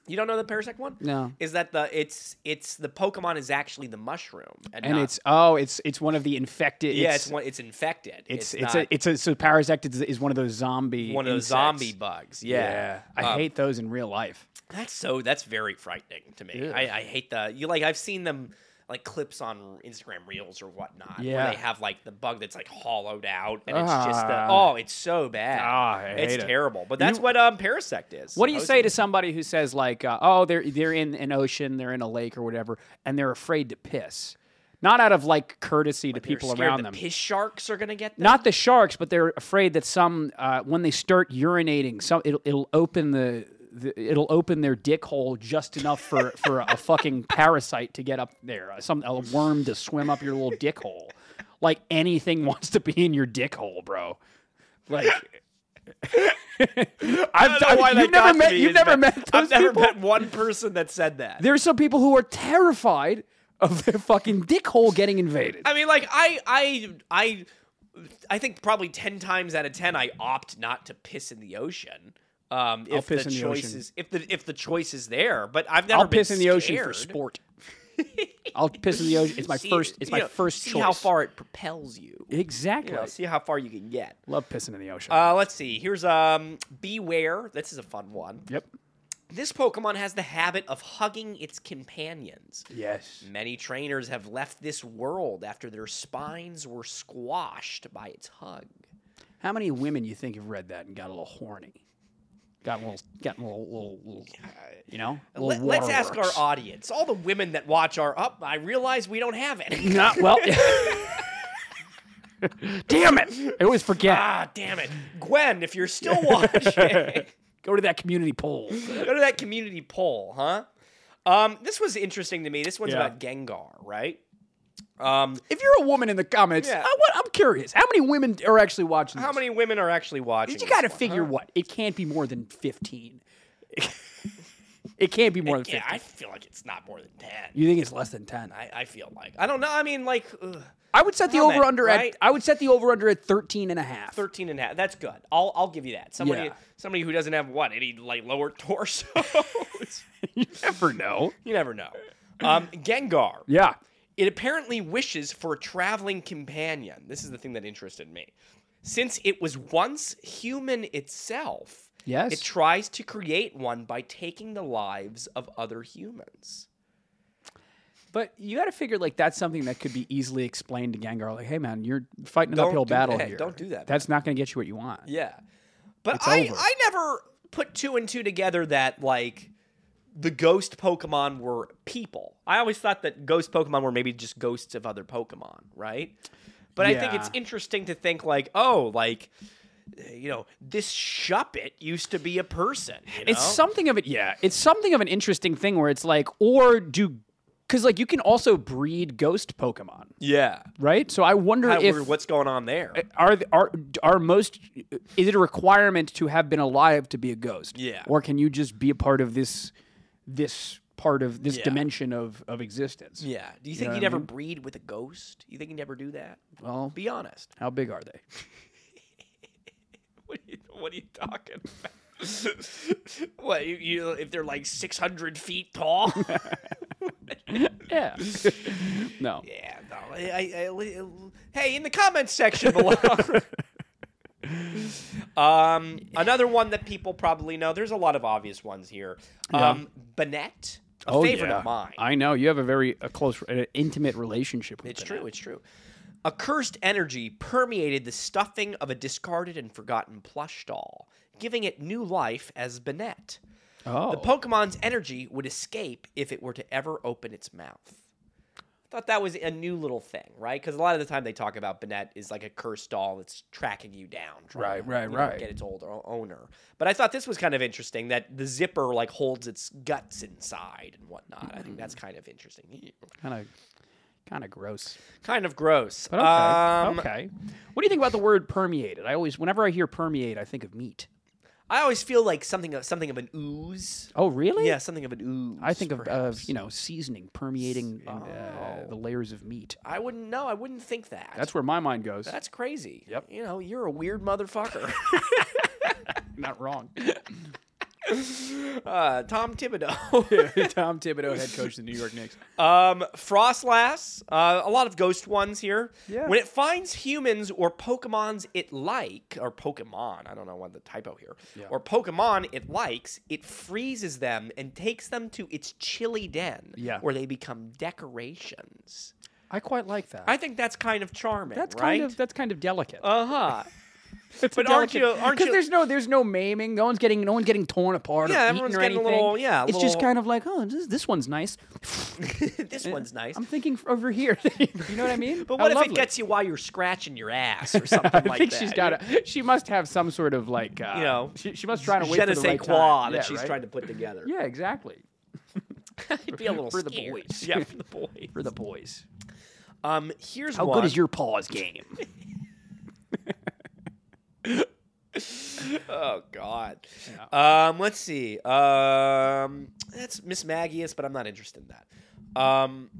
You don't know the Parasect one?
No.
Is that the it's it's the Pokemon is actually the mushroom and,
And
not-
it's oh, it's it's one of the infected.
yeah it's
it's
one, it's infected.
it's
it's,
it's,
not
a it's a so Parasect is, is one of those zombie
one of those
insects.
zombie bugs. Yeah. Um,
I hate those in real life.
That's so. That's very frightening to me.
Yeah.
I, I hate the you like. I've seen them like clips on Instagram Reels or whatnot.
Yeah.
where they have like the bug that's like hollowed out, and it's just the,
Ah.
oh, it's so bad.
Ah, I
it's
hate it.
terrible. But that's what um Parasect is.
What do you say
supposedly.
to somebody who says like, uh, "Oh, they're they're in an ocean, they're in a lake or whatever, and they're afraid to piss," not out of like courtesy to
They're
people
scared
around
the
them,
Piss sharks are gonna get them.
not the sharks, but they're afraid that some uh, when they start urinating, some it'll, it'll open the, the it'll open their dick hole just enough for for a fucking parasite to get up there, uh, some a worm to swim up your little dick hole. Like anything wants to be in your dick hole, bro. Like. I've,
I don't know why
I've-
that
you've
got
never
to
met
me.
you've
It's
never
not-
met those
I've never
people.
met one person that said that.
There's some people who are terrified of their fucking dick hole getting invaded.
I mean, like I, I, I, I think probably ten times out of ten, I opt not to piss in the ocean. Um, if
piss
the
in the
choice
ocean.
is if the if the choice is there, but I've never
I'll
been
piss in the ocean for
scared.
sport. I'll piss in the ocean. It's my
See-
first. It's my
you know,
first
See
choice.
how far it propels you.
Exactly.
You know, see how far you can get.
Love pissing in the ocean.
Uh, let's see. Here's um, beware. This is a fun one.
yep.
This Pokemon has the habit of hugging its companions.
Yes.
Many trainers have left this world after their spines were squashed by its hug.
How many women you think have read that and got a little horny? Got a little. Got a little. little, little you know. a
Let, Uh,
little
let's ask our
waterworks.
audience, all the women that watch our up. I realize we don't have any.
Not well. Damn it! I always forget.
ah, damn it, Gwen, if you're still watching,
Go to that community poll.
go to that community poll, huh? Um, this was interesting to me. This one's
Yeah.
about Gengar, right? Um,
If you're a woman in the comments,
Yeah.
I, what, I'm curious. How many women are actually watching?
how
this?
many women are actually watching?
You
this
got to
one,
figure
huh?
what it can't be more than fifteen. it can't be more than
Yeah,
fifteen.
I feel like it's not more than ten.
you think it's less than ten?
I, I feel like I don't know. I mean, like ugh,
I would set the
comment,
over under
right?
at I would set the over under at 13 and a half.
13 and a half. That's good. I'll I'll give you that. Somebody
Yeah.
somebody who doesn't have what any like lower torso.
you never know.
You never know. Um, Gengar.
Yeah.
It apparently wishes for a traveling companion. This is the thing that interested me. Since it was once human itself,
Yes.
it tries to create one by taking the lives of other humans.
But you got to figure like that's something that could be easily explained to Gengar like, "Hey man, you're fighting an
Don't
uphill
do
battle
that.
here.
Don't do that,
That's not going to get you what you want."
Yeah. But
It's
I,
over.
I never put two and two together that, like, the ghost Pokemon were people. I always thought that ghost Pokemon were maybe just ghosts of other Pokemon, right? But I think it's
Yeah.
interesting to think, like, oh, like, you know, this Shuppet used to be a person. you
It's
know?
something of it. Yeah, it's something of an interesting thing where it's like, or do because like you can also breed ghost Pokemon,
Yeah.
right? So I wonder
I
if
wonder what's going on there.
are th- are are most is it a requirement to have been alive to be a ghost?
Yeah.
Or can you just be a part of this this part of this
Yeah.
dimension of of existence.
Yeah. Do you
know
think
what
he'd
I
ever
mean?
breed with a ghost? You think he'd ever do that?
Well,
Be honest.
how big are they?
What are you, what are you talking about? what you, you if they're like six hundred feet tall?
Yeah. no.
yeah. No. I, I, I, hey, in the comments section below. um, another one that people probably know. There's a lot of obvious ones here. Um, Bennett, a favorite of mine.
Oh, I know you have a very a close, uh, intimate relationship with
It's
Bennett.
true. It's true. Accursed energy permeated the stuffing of a discarded and forgotten plush doll, giving it new life as Banette.
Oh,
The Pokemon's energy would escape if it were to ever open its mouth. I thought that was a new little thing, right? Because a lot of the time they talk about Banette is like a cursed doll that's tracking you down, trying
Right,
to,
right,
you know,
right.
get its old o- owner. But I thought this was kind of interesting that the zipper like holds its guts inside and whatnot. I think that's
Mm.
kind of interesting.
kind of, kind of gross.
Kind of gross.
But okay,
Um,
okay. What do you think about the word permeated? I always, whenever I hear permeate, I think of meat.
I always feel like something of something of an ooze.
Oh, really?
Yeah, something of an ooze.
I think of, of
perhaps.
you know seasoning permeating uh,
oh,
the layers of meat.
I wouldn't know. I wouldn't think that.
That's where my mind goes.
that's crazy.
Yep.
You know, you're a weird motherfucker.
Not wrong.
uh, Tom Thibodeau.
Tom Thibodeau, head coach of the New York Knicks.
um, Frostlass. Uh, a lot of ghost ones here.
Yeah.
When it finds humans or Pokemons it like, or Pokemon, I don't know what the typo here,
Yeah.
or Pokemon it likes, it freezes them and takes them to its chilly den,
Yeah.
where they become decorations.
I quite like that.
I think that's kind of charming.
that's
right?
kind of that's kind of delicate.
Uh huh.
It's
But aren't you- aren't you-
Because there's no there's no maiming. No one's getting no one's getting torn apart.
Yeah,
or
everyone's
eaten or
getting a
anything.
little- yeah, a
it's just
little-
kind of like oh this, this one's nice.
this one's nice.
I'm thinking f- over here. you know what I mean?
But
How
what if
lovely.
it gets you while you're scratching your ass or something like that?
I think she's got a. She must have some sort of like uh,
You know,
She, she must try to wait
Je
for
ne
the
sais
right
quoi
time.
that
yeah,
she's
right?
trying to put together.
Yeah, exactly.
It'd be a little
For the
scared.
boys.
Yeah, for the boys.
For the boys.
Um, here's
How
one.
good is your paws game?
Oh God. Um, let's see. Um, that's Miss Magius, but I'm not interested in that. Um,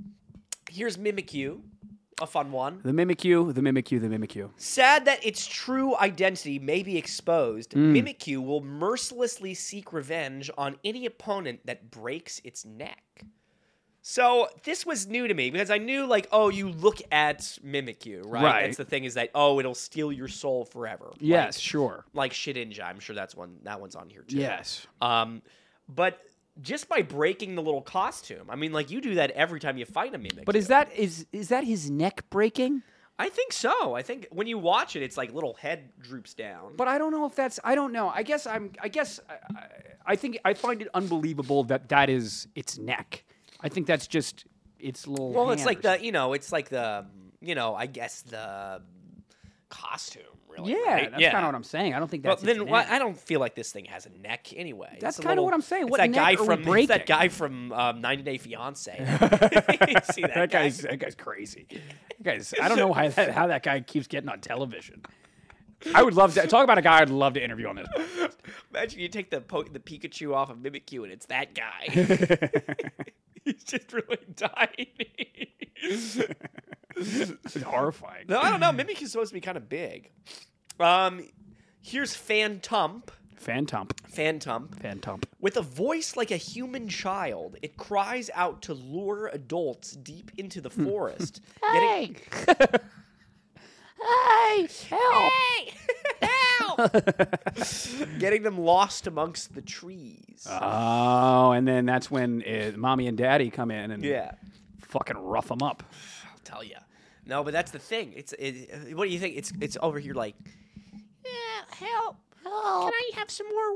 here's Mimikyu, a fun one.
the Mimikyu, the Mimikyu, the Mimikyu.
Sad that its true identity may be exposed,
Hmm.
Mimikyu will mercilessly seek revenge on any opponent that breaks its neck. So this was new to me because I knew like, oh, you look at Mimikyu, right?
Right.
That's the thing is that oh, it'll steal your soul forever.
Yes,
Like,
sure.
like Shedinja, I'm sure that's one that one's on here too.
Yes.
Um but just by breaking the little costume. I mean, like you do that every time you fight a Mimikyu.
But is that is is that his neck breaking?
I think so. I think when you watch it, it's like little head droops down.
But I don't know if that's. I don't know. I guess I'm. I guess I, I, I think I find it unbelievable that that is its neck. I think that's just its little.
Well, it's
hand
like
or
the you know, it's like the you know, I guess the costume really.
something. Yeah,
right?
that's kind of what I'm saying. I don't think
But
that's. its
then why
neck.
I don't feel like this thing has a neck anyway. It's
That's
a
kinda
little-
what I'm saying.
it's
What
that
neck
guy
are we
from it's that
breaking?
guy from um, 90 Day Fiance. See that,
that
guy?
guy's that guy's crazy. That guy's I don't know how that, how that guy keeps getting on television. I would love to talk about a guy I'd love to interview on this. podcast.
Imagine you take the po- the Pikachu off of Mimikyu and it's that guy. He's just really tiny.
It's horrifying.
no, I don't know. Mimikyu's supposed to be kind of big. Um, here's Fantump.
Fantump,
Fantump.
Fantump.
With a voice like a human child, it cries out to lure adults deep into the forest.
Hey!
getting-
hey! Help!
Hey! Help! getting them lost amongst the trees.
Uh. Oh, and then that's when uh, mommy and daddy come in and
yeah,
fucking rough them up.
I'll tell you. No, but that's the thing. It's it, what do you think? It's it's over here like, yeah, help! Can
Help!
I have some more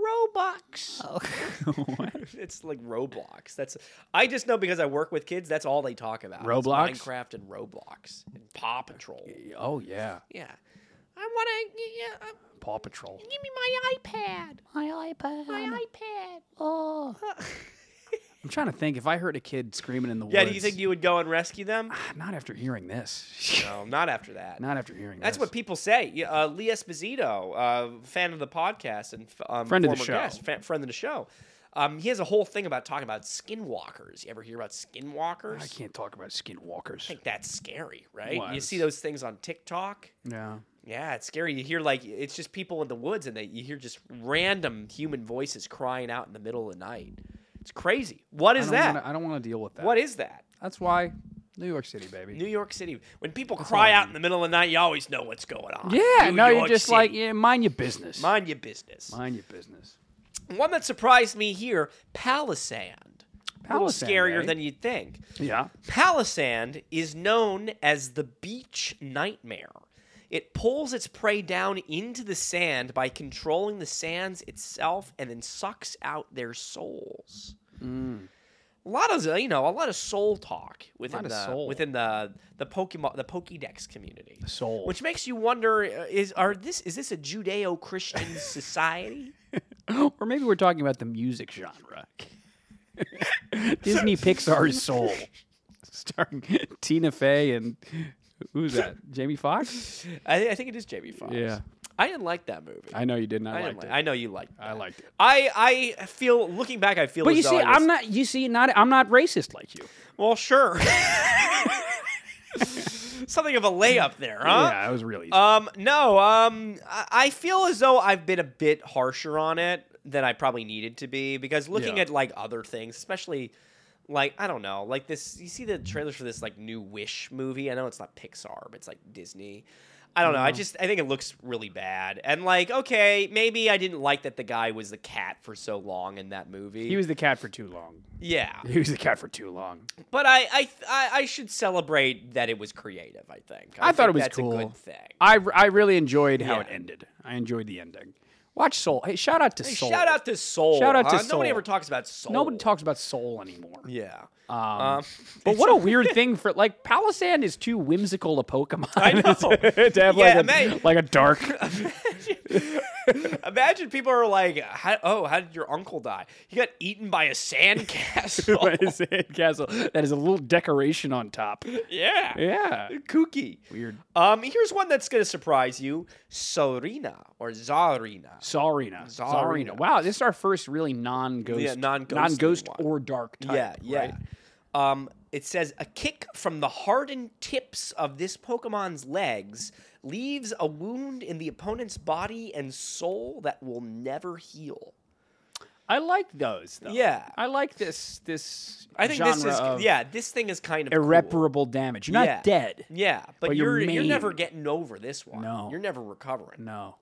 Robux? it's like Roblox. That's I just know because I work with kids. That's all they talk about. is
Roblox?
Minecraft, and Roblox, and Paw Patrol.
Oh yeah,
Yeah. I want to. Yeah, uh,
Paw Patrol.
give me my iPad.
My iPad.
My iPad.
Oh.
I'm trying to think if I heard a kid screaming in the
Yeah,
woods.
do you think you would go and rescue them?
Not after hearing this.
No, not after that.
Not after hearing
That's
this.
what people say. Yeah, Uh, Lee Esposito, uh, fan of the podcast and f- um,
Friend of the
former
show.
guest, fa- friend of the show. Um, he has a whole thing about talking about skinwalkers. You ever hear about skinwalkers?
I can't talk about skinwalkers.
think that's scary, right? You see
Was.
those things on TikTok.
No.
Yeah, it's scary. You hear like it's just people in the woods, and they you hear just random human voices crying out in the middle of the night. It's crazy. What is
I don't
that?
Wanna, I don't want to deal with that.
What is that?
That's why New York City, baby.
New York City. When people cry out in the middle of the night, you always know what's going on.
yeah,
New
no, you're
York
just
City.
like yeah, mind your business.
mind your business.
Mind your business.
One that surprised me here, Palisand. A little
Palisand, eh?
scarier
right?
than you'd think.
Yeah.
Palisand is known as the beach nightmare. It pulls its prey down into the sand by controlling the sands itself and then sucks out their souls.
Mm.
A lot of you know, a lot of soul talk within
of
the
soul.
within the the Pokemon the Pokédex community.
Soul.
Which makes you wonder uh, is are this is this a Judeo-Christian society?
or maybe we're talking about the music genre. Disney Pixar's Soul, starring Tina Fey and who's that? Jamie Foxx.
I, I think it is Jamie Foxx.
Yeah.
I didn't like that movie.
I know you did not
I, didn't
like
like,
it.
I know you liked.
I
that.
liked it.
I I feel looking back, I feel.
But
as
you
though
see,
I was-
I'm not. You see, not. I'm not racist like you.
Well, sure. Something of a layup there, huh?
Yeah, I was really.
Um, no. Um, I I feel as though I've been a bit harsher on it than I probably needed to be because looking
Yeah.
at like other things, especially like I don't know, like this. You see the trailers for this like new Wish movie. I know it's not Pixar, but it's like Disney. I don't know.
Mm-hmm.
I just I think it looks really bad. And like, okay, maybe I didn't like that the guy was the cat for so long in that movie.
he was the cat for too long.
yeah.
He was the cat for too long.
But I, I, I, I should celebrate that it was creative. I think.
I, thought
think
it was
that's
cool.
a good thing.
I, I really enjoyed how it
Yeah.
ended. I enjoyed the ending. Watch Soul. Hey, shout out to
Hey,
Soul.
Shout out to Soul.
Shout out to
huh? Nobody
Soul.
ever talks about Soul.
Nobody talks about Soul anymore.
Yeah.
Um,
Um,
but what a weird thing for like Palisand is too whimsical a Pokemon. I
know.
to have
Yeah,
like,
man.
a, like a dark.
Imagine people are like, how, "Oh, how did your uncle die? He got eaten by a sandcastle."
what is it, castle that is a little decoration on top.
yeah.
Yeah,
Kooky.
weird.
Um, here's one that's gonna surprise you: Sorina or Zarina.
Zarina.
Zarina.
Zarina. Wow, this is our first really non-ghost,
Yeah, non-ghostly
non-ghost
one.
or dark type.
yeah, yeah.
right?
Um, it says a kick from the hardened tips of this Pokemon's legs leaves a wound in the opponent's body and soul that will never heal.
I like those. though.
Yeah.
I like this. This.
I think
genre
this is
of
yeah, this thing is kind of cool.
Irreparable damage. You're not
Yeah.
dead.
Yeah, but,
but
you're
you're
you're, never
maimed.
getting over this one.
No.
you're never recovering.
No,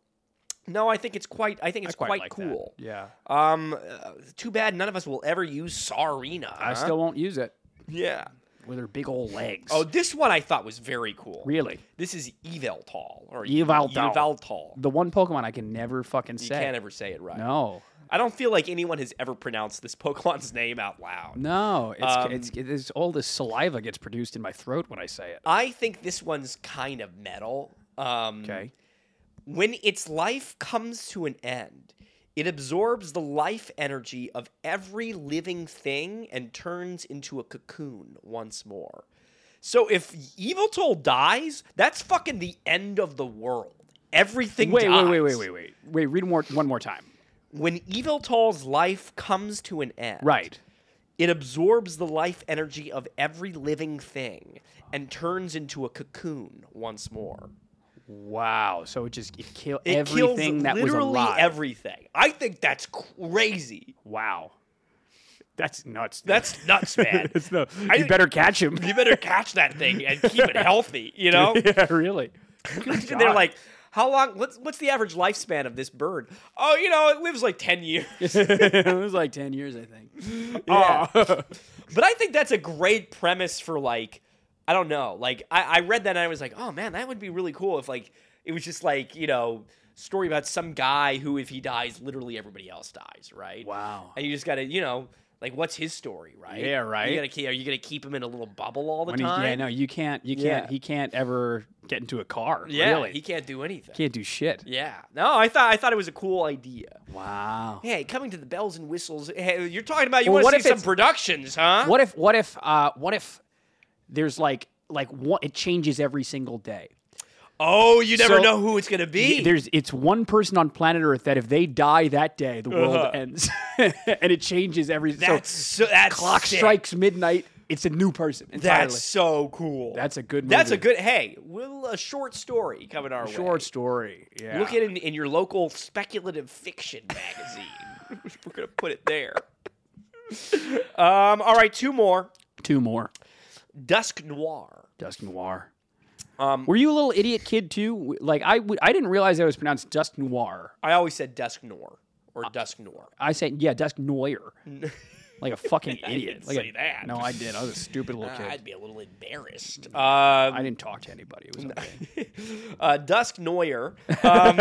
No, I think it's quite. I think
I
it's
quite,
quite,
like that.
cool.
Yeah,
Um, uh, too bad none of us will ever use Sarina.
I still won't use it
yeah.
with her big old legs.
Oh, this one I thought was very cool.
really?
This is Eveltal or
Yveltal.
Yveltal.
The one Pokemon I can never fucking
You
say.
can't ever say it right.
no,
I don't feel like anyone has ever pronounced this Pokemon's name out loud.
no. It's,
Um,
it's, it's all this saliva gets produced in my throat when I say it.
I think this one's kind of metal. Um,
Okay.
When its life comes to an end, it absorbs the life energy of every living thing and turns into a cocoon once more. So if Evil Toll dies, that's fucking the end of the world. Everything
Wait,
dies.
wait, wait, wait, wait, wait. Wait, read more one more time.
When Evil Toll's life comes to an end,
Right.
It absorbs the life energy of every living thing and turns into a cocoon once more.
Wow. So it just it killed
It
everything
kills
that was
literally
alive.
everything. I think that's crazy.
wow. That's nuts. dude.
That's nuts, man.
That's the,
I-
you better catch him.
you better catch that thing and keep it healthy, you know?
yeah, really.
Imagine
Good
they're
God.
like, how long? What's, what's the average lifespan of this bird? Oh, you know, it lives like 10 years.
it was like ten years, I think.
Yeah.
Oh.
But I think that's a great premise for like, I don't know. Like I, I read that and I was like, oh man, that would be really cool if like it was just like you know story about some guy who if he dies, literally everybody else dies, right?
wow.
And you just gotta you know like what's his story, right?
Yeah, right.
You gotta keep, are you gonna keep him in a little bubble all the
When he,
time?
yeah, no, you can't. You
Yeah.
can't. He can't ever get into a car.
Yeah,
really.
he can't do anything.
can't do shit.
Yeah, no, I thought I thought it was a cool idea.
Wow.
Hey, coming to the bells and whistles. Hey, you're talking about you
Well, what
want to
if
see some
it's-
productions, huh?
What if what if uh what if there's like like what it changes every single day.
Oh, you never
So-
know who it's gonna be.
There's it's one person on planet Earth that if they die that day, the world
Uh-huh.
ends, and it changes every.
that's
so
so, that's
clock
sick.
strikes midnight. It's a new person entirely.
That's so cool.
That's a good
That's a
movie.
good. Hey, will a short story coming our way.
short story. Yeah.
Look at it in, in your local speculative fiction magazine. We're gonna put it there. um, all right, two more.
two more.
Dusk Noir.
Dusk Noir.
Um,
Were you a little idiot kid too? W- Like I, w- I didn't realize it was pronounced Dusk Noir.
I always said Dusk Noir
Uh,
or Dusk Noir.
I said yeah, Dusk Noir. Like a fucking idiot.
didn't
like a-
say that.
No, I did. I was a stupid little kid.
I'd be a little embarrassed. Um,
I didn't talk to anybody. It was okay.
uh, Dusk Noir, um,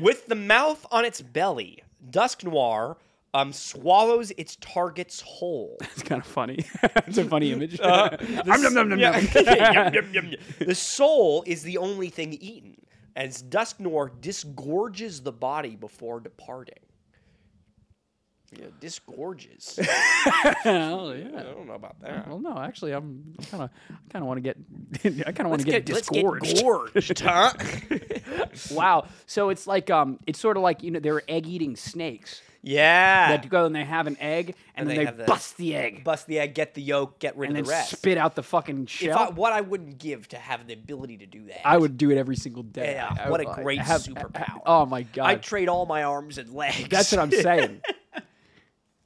with the mouth on its belly, Dusk Noir um, swallows its target's whole.
it's kind of funny. it's a funny image.
The
Om nom
s-
nom nom
Uh, um, yeah. Yum,
nom.
yum, yum, yum. The soul is the only thing eaten, as Dusk Noir disgorges the body before departing. Yeah, disgorges.
Oh, yeah.
I don't know about that.
Well, no, actually, I'm kind of, I kind of want to get, I kind of want to get
let's
disgorged.
gorged, huh?
wow. So it's like, um, it's sort of like you know they're egg-eating snakes
yeah.
that go and they have an egg and,
Ah. And
then
they
they,
have the-
bust the egg
Bust the egg, get the yolk, get rid
and
of
then
the rest.
spit out the fucking
If
shell.
I, what I wouldn't give to have the ability to do that.
I would do it every single day.
Yeah,
I- I
what a
would, like,
great
have-
superpower.
oh my god,
I'd trade all my arms and legs.
that's what I'm saying.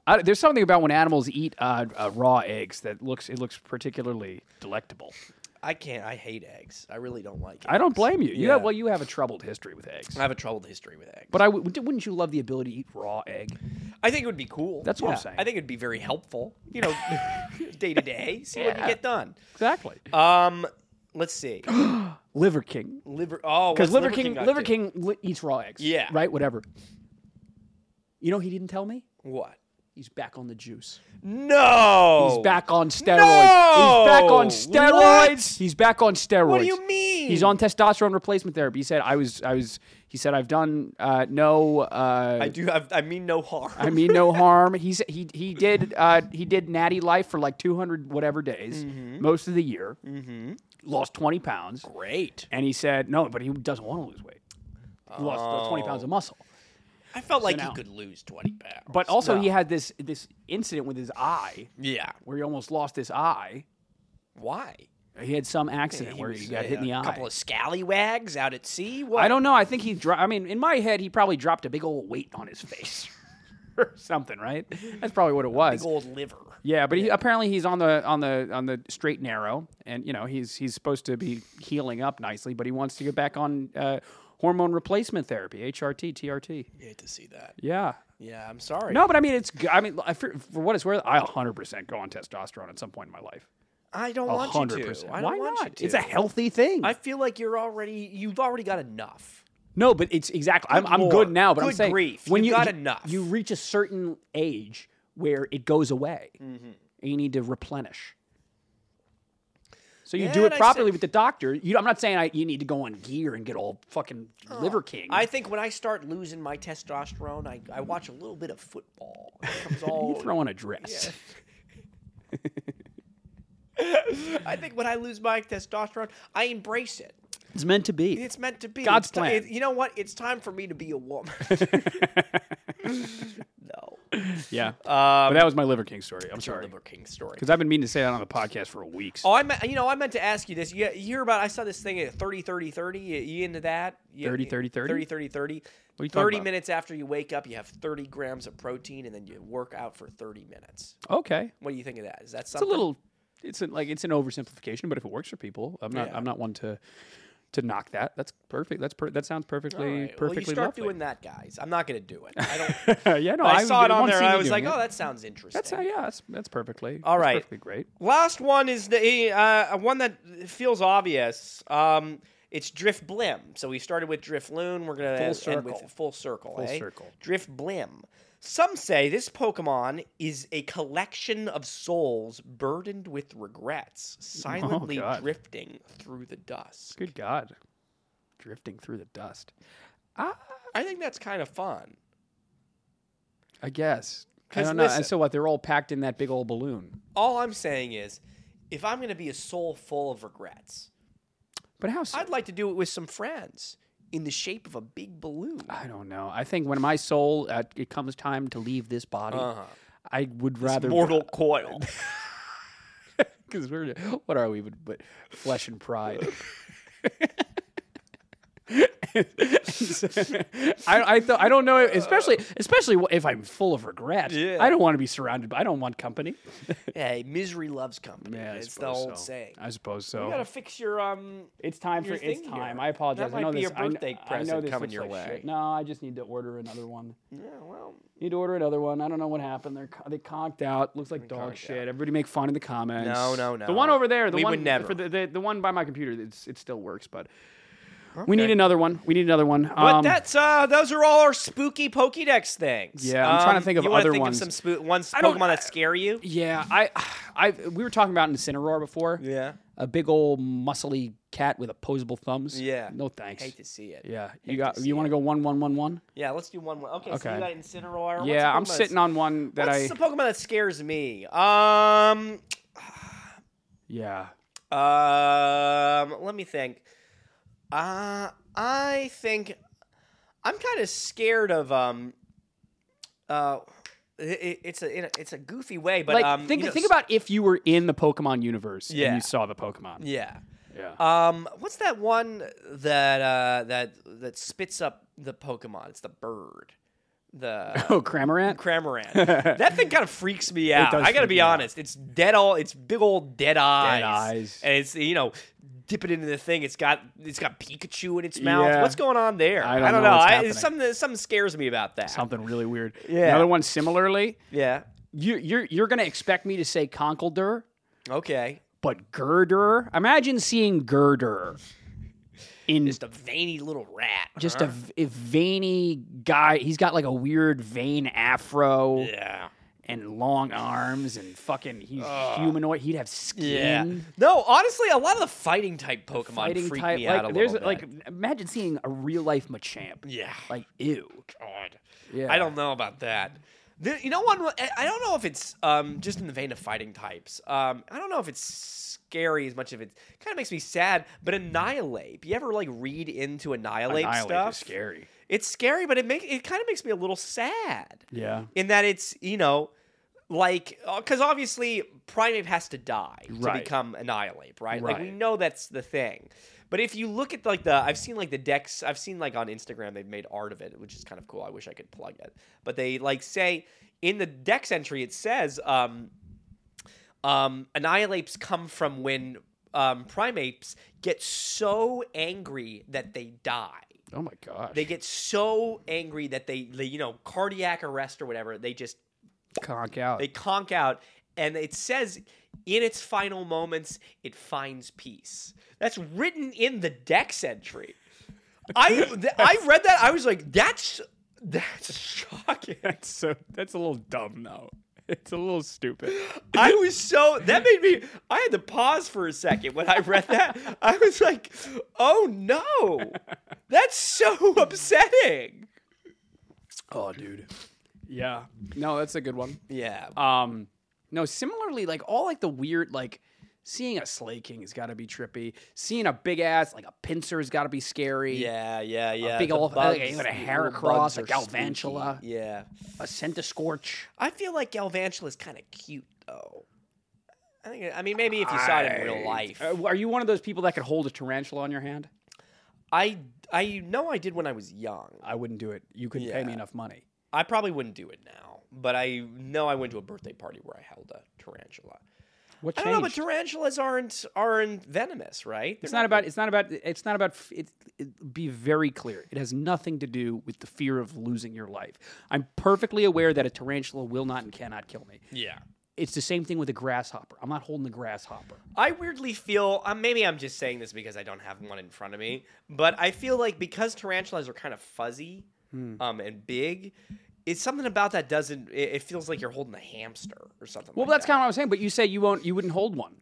I, there's something about when animals eat uh, uh, raw eggs that looks it looks particularly delectable.
I can't. I hate eggs. I really don't like. Eggs.
I don't blame you. You
Yeah.
have well, you have a troubled history with eggs.
I have a troubled history with eggs.
But I w- wouldn't you love the ability to eat raw egg?
I think it would be cool.
That's what I'm
Yeah,
saying.
I think it'd be very helpful. You know, day to day, see what you
Yeah.
get done.
Exactly.
Um, let's see.
Uh, Liver King.
Liver. Oh,
Because
what's
Liver King,
up
Liver
to?
King li- eats raw eggs.
Yeah.
Right. Whatever. You know he didn't tell me.
What?
He's back on the juice.
No.
He's back on steroids.
Oh. No!
He's back on steroids.
What?
He's back on steroids.
What do you mean?
He's on testosterone replacement therapy. He said I was I was he said I've done uh, no uh,
I do. I've, I mean, no harm.
I mean, no harm. He's he he did uh, he did natty life for like two hundred whatever days, most of the year. Mm-hmm. Lost twenty pounds,
great.
and he said no, but he doesn't want to lose weight. He lost uh, twenty pounds of
Oh.
muscle,
I felt like
now-
he could lose twenty pounds.
but also he had this this incident with his eye
yeah.
where he almost lost his eye.
Why?
He had some accident
He
where
was,
he got
uh,
hit in the
A
eye.
couple of scallywags out at sea. What?
I don't know. I think he. Dro- I mean, in my head, he probably dropped a big old weight on his face. Or something, right? That's probably what it was.
Big old liver.
Yeah, but He, apparently he's on the on the on the straight and narrow, and you know he's he's supposed to be healing up nicely, but he wants to get back on uh, hormone replacement therapy (HRT, TRT).
You hate to see that.
Yeah.
Yeah, I'm sorry.
No, but I mean it's. g- I mean I- for, for what it's worth, I 100 percent go on testosterone at some point in my life.
I don't want you
100.
to.
percent
I
Why
don't want you
not?
to.
It's a healthy thing.
I feel like you're already. You've already got enough.
no, but it's exactly. I'm, I'm
lord.
good now, but I'm
Good
saying
grief.
when
You
you
got enough.
you reach a certain age where it goes away,
Mm-hmm.
and you need to replenish. So you do
Yeah,
it
and I
properly
said-
with the doctor. You, I'm not saying I, you need to go on gear and get all fucking liver king.
Oh, I think when I start losing my testosterone, I, I watch a little bit of football. It comes all.
you throw on a dress.
I think when I lose my testosterone, I embrace it.
It's meant to be.
It's meant to be.
God's
It's ti-
plan.
it- you know what? It's time for me to be a woman. no. Uh,
yeah,
um,
but that was my liver king story. I'm sorry
Liver King story.
because I've been meaning to say that on the podcast for weeks.
Oh, I meant, you know, I meant to ask you this. You, you hear about, I saw this thing at 30, 30, 30. You, you into that? You,
30, 30, 30?
30, 30, 30.
What are you talking
30
about?
minutes after you wake up, you have 30 grams of protein and then you work out for 30 minutes.
Okay,
What do you think of that? Is that
it's a
something?
little. It's an, like it's an oversimplification, but if it works for people, I'm not.
Yeah.
I'm not one to to knock that. That's perfect. That's per, that sounds
All
perfectly
right. Well, you
perfectly
start
lovely.
doing that, guys. I'm not going to do it. I don't.
yeah, no,
but I, saw it
did
on
once
there.
see
and I
you
was
doing
like,
it.
oh, that sounds interesting.
that's uh, yeah, that's that's perfectly
All
that's
right.
perfectly great.
Last one is the uh, one that feels obvious. Um, it's Drift Blim. So we started with Drift Loon. We're gonna end
Full circle.
with full circle. Full
circle.
Drift Blim. Some say this Pokemon is a collection of souls burdened with regrets, silently
Oh, God.
drifting through the dust.
Good God, drifting through the dust.
I think that's kind of fun.
I guess. I
'Cause
don't know.
listen-
And so what? They're all packed in that big old balloon.
All I'm saying is, if I'm gonna be a soul full of regrets,
But how? So-
I'd like to do it with some friends in the shape of a big balloon.
I don't know. I think when my soul uh, it comes time to leave this body, I would rather
Uh-huh. Mortal coil.
because we're what are we but, but flesh and pride. I I, th- I don't know especially especially if I'm full of regret.
Yeah.
I don't want to be surrounded. by I don't want company.
hey, misery loves company.
Yeah, I
it's the
suppose
old
so.
saying.
I suppose so.
You gotta fix your um.
It's time for
your
it's
thing
time.
here.
I apologize.
That
I know
might be
this.
a
I kn-
birthday
I know
present
this
coming
looks
your
like
way.
shit. No, I just need to order another one.
Yeah, well,
Need to order another one. I don't know what happened. They're co- they conked out. Looks like dog
conked
shit. Everybody make fun of the comments.
No, no, no.
The one over there. The
We
one
would never.
For the, the the one by my computer. It's, it still works, but we need another one. We need another one.
but
Um,
that's uh, those are all our spooky Pokédex things.
Yeah, I'm trying to
Um,
think of
you wanna
other
think
ones.
Of some spoo- ones
don't-
Pokemon that scare you.
yeah. I I we were talking about Incineroar before.
Yeah,
A big old muscly cat with opposable thumbs.
Yeah.
No thanks.
hate to see it.
yeah.
hate
You got.
to see
You want to go one one one one?
Yeah, let's do one. more. Okay, so
Okay.
you got Incineroar. What's
Yeah.
the
I'm
Pokemon that's-
sitting on one that
What's
I.
the Pokemon that scares me? Um,
yeah.
um, let me think. Uh, I think I'm kind of scared of um, uh, i- i it's a in a it's a goofy way, but
like
um,
think
you know,
think
s-
about if you were in the Pokemon universe and
Yeah.
you saw the Pokemon.
yeah.
Yeah.
Um, what's that one that uh that that spits up the Pokemon? It's the bird. The
oh, Cramorant.
Cramorant. that thing kind of freaks me out.
does
I gotta
freak me
be
out.
honest. It's dead all it's big old dead eyes.
eyes.
And it's you know, dip it into the thing. It's got it's got Pikachu in its mouth.
Yeah.
What's going on there?
I don't know
know.
what's
I,
happening.
it's something that- something scares me about that.
something really weird.
Yeah.
Another one similarly.
Yeah.
You, you're you're gonna expect me to say Conkeldurr,
Okay.
but Girder. Imagine seeing Girder in
Just a veiny little rat.
just a, v- a veiny guy. He's got like a weird vein afro
Yeah.
and long arms and fucking he's humanoid. He'd have
Yeah.
skin.
No, honestly, a lot of the fighting type Pokemon
Fighting
freak
type,
me
like
out a
there's
little
like
bit.
imagine seeing a real life Machamp.
Yeah.
Like ew.
God.
Yeah.
I don't know about that. The- you know, one. I I don't know if it's um, just in the vein of fighting types. Um, I don't know if it's scary as much of it. Kind of makes me sad. But Annihilate. You ever like read into Annihilate,
Annihilate
stuff?
is scary.
It's scary, but it make it kind of makes me a little sad
Yeah.
in that it's you know like because obviously primate has to die to
Right.
become annihilate right? like we
Right.
know that's the thing but if you look at like the i've seen like the decks i've seen like on instagram they've made art of it which is kind of cool i wish i could plug it but they like say in the dex entry it says um um, annihilates come from when um, primates get so angry that they die.
Oh my gosh.
They get so angry that they, they, you know, cardiac arrest or whatever. They just
conk out.
they conk out, and it says in its final moments it finds peace. That's written in the Dex entry. I th- I read that I was like, that's that's shocking.
That's so. That's a little dumb though. It's a little stupid.
I was so that made me. I had to pause for a second when I read that. I was like, "Oh no, that's so upsetting."
Oh, dude. Yeah. No, that's a good one.
Yeah,
Um, no. Similarly, like all like the weird like seeing a Slay King has got to be trippy. Seeing a big ass like a pincer has got to be scary.
yeah, yeah, yeah.
big
the
ol- like,
bugs-
even a
little
Heracross,
bugs
a
are
Galvantula.
spooky. Yeah,
A Scorch.
I feel like Galvantula's kind of cute though. I think. I mean, maybe if you saw it in real life.
Uh, are you one of those people that could hold a tarantula on your hand?
I I know I did when I was young.
I wouldn't do it. You couldn't pay me
Yeah.
enough money.
I probably wouldn't do it now, but I know I went to a birthday party where I held a tarantula.
What
I
changed?
don't know, but tarantulas aren't aren't venomous, right? They're
It's not about. It's not about. It's not about. f- It, it, be very clear. It has nothing to do with the fear of losing your life. I'm perfectly aware that a tarantula will not and cannot kill me.
Yeah.
It's the same thing with a grasshopper. I'm not holding the grasshopper.
I weirdly feel um, maybe I'm just saying this because I don't have one in front of me, but I feel like because tarantulas are kind of fuzzy
Hmm.
um, and big, it's something about that doesn't. It, it feels like you're holding a hamster or something.
Well,
like
that's kind of what I'm saying. But you said you won't. You wouldn't hold one.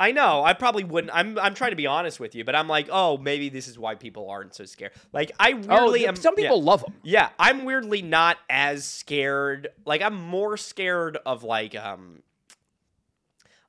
I know. I probably wouldn't. I'm. I'm trying to be honest with you, but I'm like, oh, maybe this is why people aren't so scared. Like I weirdly
oh,
am.
some
yeah.
people love them.
Yeah, I'm weirdly not as scared. Like I'm more scared of like um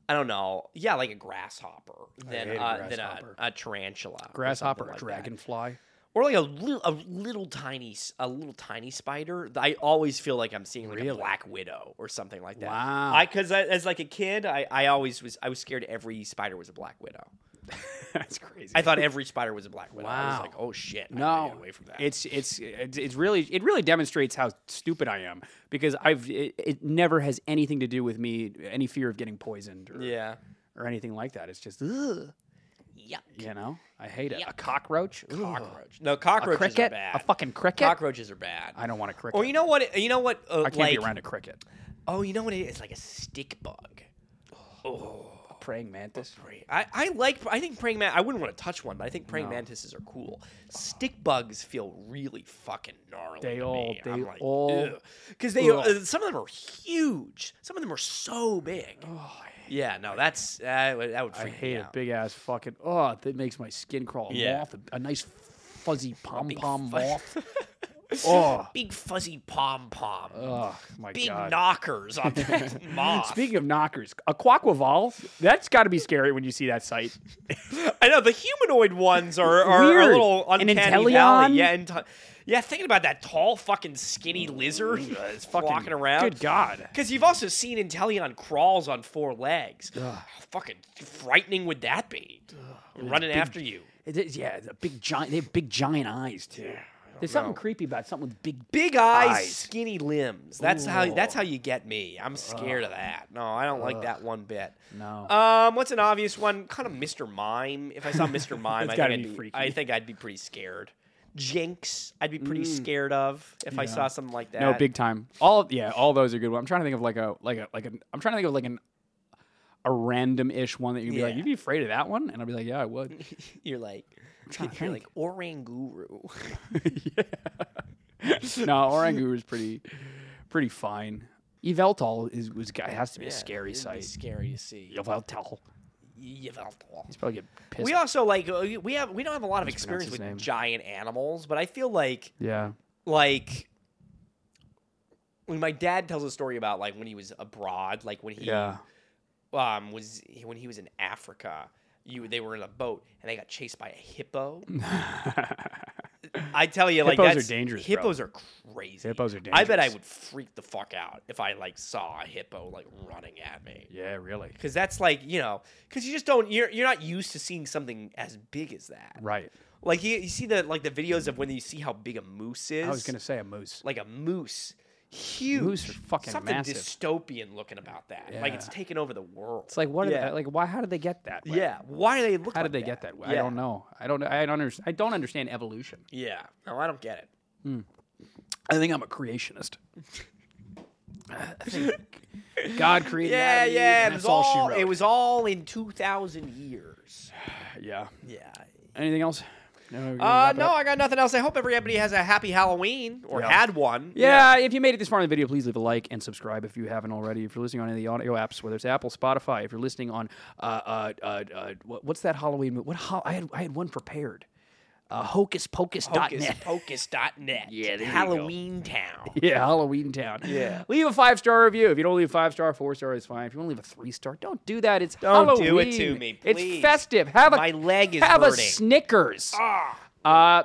I don't know. Yeah, like a grasshopper than
hate a
uh, than a,
grasshopper.
a tarantula. or
Grasshopper,
something like that.
dragonfly.
or like a little a little tiny s- a little tiny spider. Th- I always feel like I'm seeing like a
Really?
black widow or something like that.
Wow.
I because as like a kid, I, I always was I was scared every spider was a black widow.
That's crazy.
I thought every spider was a black widow. I was
Wow.
like, oh shit, I gotta
No,
get away from that.
it's it's it's it's really it really demonstrates how stupid I am because I've it, it never has anything to do with me any fear of getting poisoned or
yeah,
or anything like that. It's just ugh,
yuck.
you know I hate it.
Yeah.
A cockroach, Ugh.
Cockroach. No,
a
cockroaches are
cricket,
bad.
a fucking cricket.
cockroaches are bad.
I don't want a cricket.
Or you know what? You know what? Uh,
I can't
like,
be around a cricket.
Oh, you know what? It is? It's like a stick bug.
A praying mantis.
Prey- I, I like I think praying man I wouldn't want to touch one, but I think praying
No.
mantises are cool. Stick bugs feel really fucking gnarly.
They
to
all-
me. I'm
they
like,
all-
because they
Ugh.
uh, some of them are huge, some of them are so big.
Oh, I hate-
Yeah, no, that's uh, that would- that would
I
freak
hate
me
a
out.
big ass fucking. Oh, that makes my skin crawl. A
Yeah.
moth, a, a nice fuzzy pom pom
fuzz-
moth. oh,
Big fuzzy pom pom,
oh my
big
god.
knockers on that moth.
Speaking of knockers, a quaquaval, that's got to be scary when you see that sight.
I know the humanoid ones are, are, are a
Weird.
little
An
uncanny
Inteleon?
valley. Yeah, and yeah, thinking about that tall fucking skinny lizard that's
Fucking-
walking around.
Good God.
Because you've also seen Inteleon crawls on four legs. How fucking frightening would that be? Running after you.
It is- yeah, the big giant. They have big giant eyes too. There's something creepy about something with big.
Big eyes,
Eyes.
skinny limbs. That's how that's how you get me. I'm scared of that. No, I don't like that one bit.
No.
Um, what's an obvious one? Kind of Mr. Mime. If I saw Mr. Mime, I think,
gotta
I'd
be
be,
freaky.
I think I'd be pretty scared. Jinx, I'd be pretty scared of if I saw something like that.
No, big time. All yeah, all those are good. ones. I'm trying to think of like a like a like an. I'm trying to think of like an a random ish one that you'd be like,
Yeah.
you'd be afraid of that one, and I'd be like, yeah, I would.
You're like,
trying to
you're like
think.
Oranguru.
no, Oranguru is pretty pretty fine. Eveltal is was guy has to be a
Yeah,
scary
it'd be
sight.
Scary to see.
Eveltal,
Yveltal.
he's probably get pissed.
We also like uh, we have we don't have a lot of experience
Mispronounce his
with
name.
giant animals, but I feel like
yeah.
like when my dad tells a story about like when he was abroad, like when he
Yeah.
um was when he was in Africa, you they were in a boat and they got chased by a hippo. I tell you, like
Hippos are
that's-
dangerous, bro.
Hippos are crazy.
Hippos are
I bet I
dangerous.
would freak the fuck out if I like saw a hippo like running at me.
yeah, really.
Cause that's like you know, cause you just don't you're you're not used to seeing something as big as that.
Right.
Like you, you see the like the videos of when you see how big a moose is.
I was gonna say a moose.
like a moose, huge.
Moose are fucking
something
massive.
dystopian looking about that. Like it's
Yeah.
taken over the world.
It's like what?
Yeah.
Are they, like why? How did they get that? way?
yeah. Why do they look?
How
like
did they
that?
get that? way?
Yeah.
I don't know. I don't. I don't understand. I don't understand evolution.
Yeah. No, I don't get it.
I think I'm a creationist. God created.
Yeah,
Adam and Eve,
yeah.
and
It was
that's all,
all.
she
It
wrote.
was all in two thousand years.
Yeah.
Yeah.
Anything else? No. we're gonna
Uh,
wrap it
no,
up?
I got nothing else. I hope everybody has a happy Halloween or
Yeah.
had one.
Yeah, if you made it this far in the video, please leave a like and subscribe if you haven't already. If you're listening on any of the audio apps, whether it's Apple, Spotify, if you're listening on uh, uh, uh, uh, what- what's that Halloween movie? What ho- I had I had one prepared. Uh, Hocus Pocus dot
Hocus
net.
Pocus dot net.
Yeah, there you go.
Halloween Town.
Yeah, Halloween Town.
Yeah.
Leave a five star review. If you don't leave a five star, four star is fine. If you want to leave a three star, don't do that. It's
Don't
Halloween.
do it to me, please.
It's festive. Have a
My leg is
have a
hurting.
Snickers.
Ah.
Uh,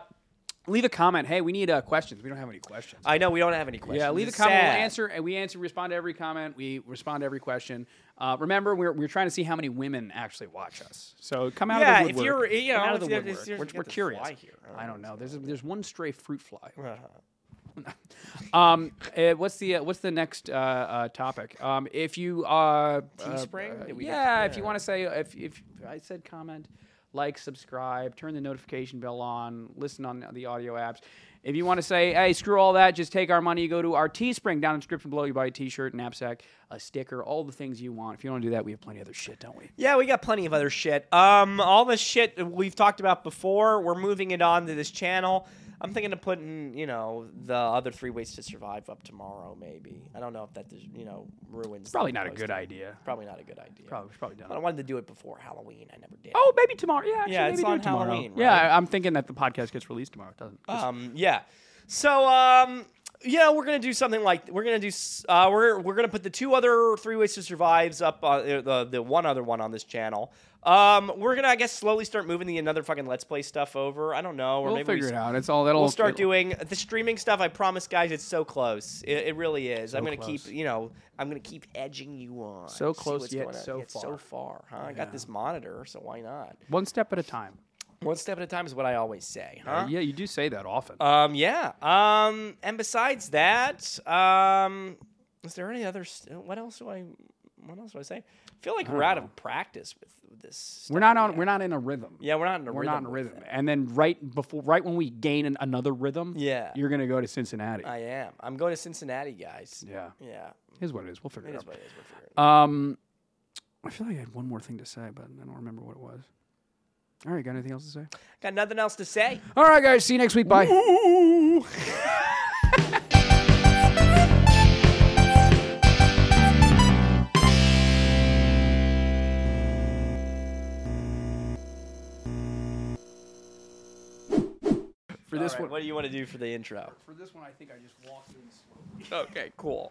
leave a comment. Hey, we need uh, questions. We don't have any questions.
I know we don't have any questions.
Yeah, leave a
It's
comment. We'll
Ah, sad.
answer, and we answer, respond to every comment. We respond to every question. Uh, remember, we're, we're trying to see how many women actually watch us. So come out
Yeah,
of the
if
woodwork.
you're- you
Come
know,
out of
if
the
there- if
woodwork.
there's-
We're,
you
we're
got this
curious.
fly here. I
I don't know. There's there's one stray fruit fly.
Uh-huh.
Um, eh, what's the uh, what's the next uh, uh, topic? Um, if you uh,
Teespring?
uh,
Did we get-
yeah, if you
yeah.
want to say if if I said comment, like, subscribe, turn the notification bell on, listen on the audio apps. If you want to say, hey, screw all that, just take our money, go to our Teespring down in description below. You buy a T-shirt, knapsack, a sticker, all the things you want. If you want to do that, we have plenty of other shit, don't we?
Yeah, we got plenty of other shit. Um, all the shit that we've talked about before, we're moving it on to this channel. I'm thinking of putting, you know, the other three ways to survive up tomorrow. Maybe I don't know if that, is, you know, ruins.
Probably
the
not a good
posting.
idea.
Probably not a good idea.
Probably probably
But I
done.
wanted to do it before Halloween. I never did.
Oh, maybe tomorrow. Yeah, actually,
Yeah,
maybe
it's
do
on
it tomorrow.
Halloween,
Yeah,
right?
I- I'm thinking that the podcast gets released tomorrow. It doesn't.
Um, yeah. Um, So, um, you know, we're gonna do something like we're gonna do. s- Uh, we're we're gonna put the two other three ways to survives up on uh, the the one other one on this channel. Um, we're gonna I guess slowly start moving the another fucking let's play stuff over. I don't know, or
We'll
maybe we
figure
s-
it out. It's all that'll
we'll start
it'll-
doing the streaming stuff. I promise, guys, it's so close. It, it really is. I'm gonna
close.
keep you know I'm gonna keep edging you on.
So
See
close
what's
yet
going on.
so
So
far.
far, huh? I got this monitor, so why not?
one step at a time.
One step at a time is what I always say, huh?
Yeah, you do say that often.
Um, yeah. Um, and besides that, um, is there any other? St- what else do I? What else do I say? I feel like we're out of practice with, with this. Stuff.
we're not on. We're not in a rhythm.
Yeah, we're not in a
we're
rhythm.
not in a
with
rhythm.
it.
And then right before, right when we gain an, another rhythm,
Yeah.
you're gonna go to Cincinnati.
I am. I'm going to Cincinnati, guys.
yeah,
Yeah.
here's what it is. We'll figure
It
it,
is
out.
what it is. We're figuring. it
Um, I feel like I had one more thing to say, but I don't remember what it was. All right, got anything else to say?
out. Got nothing else to say.
All right, guys. See you next week. Bye. For
All
this
right,
one,
what do you want to do for the intro?
for this one, I think I just walked in slow.
Okay, cool.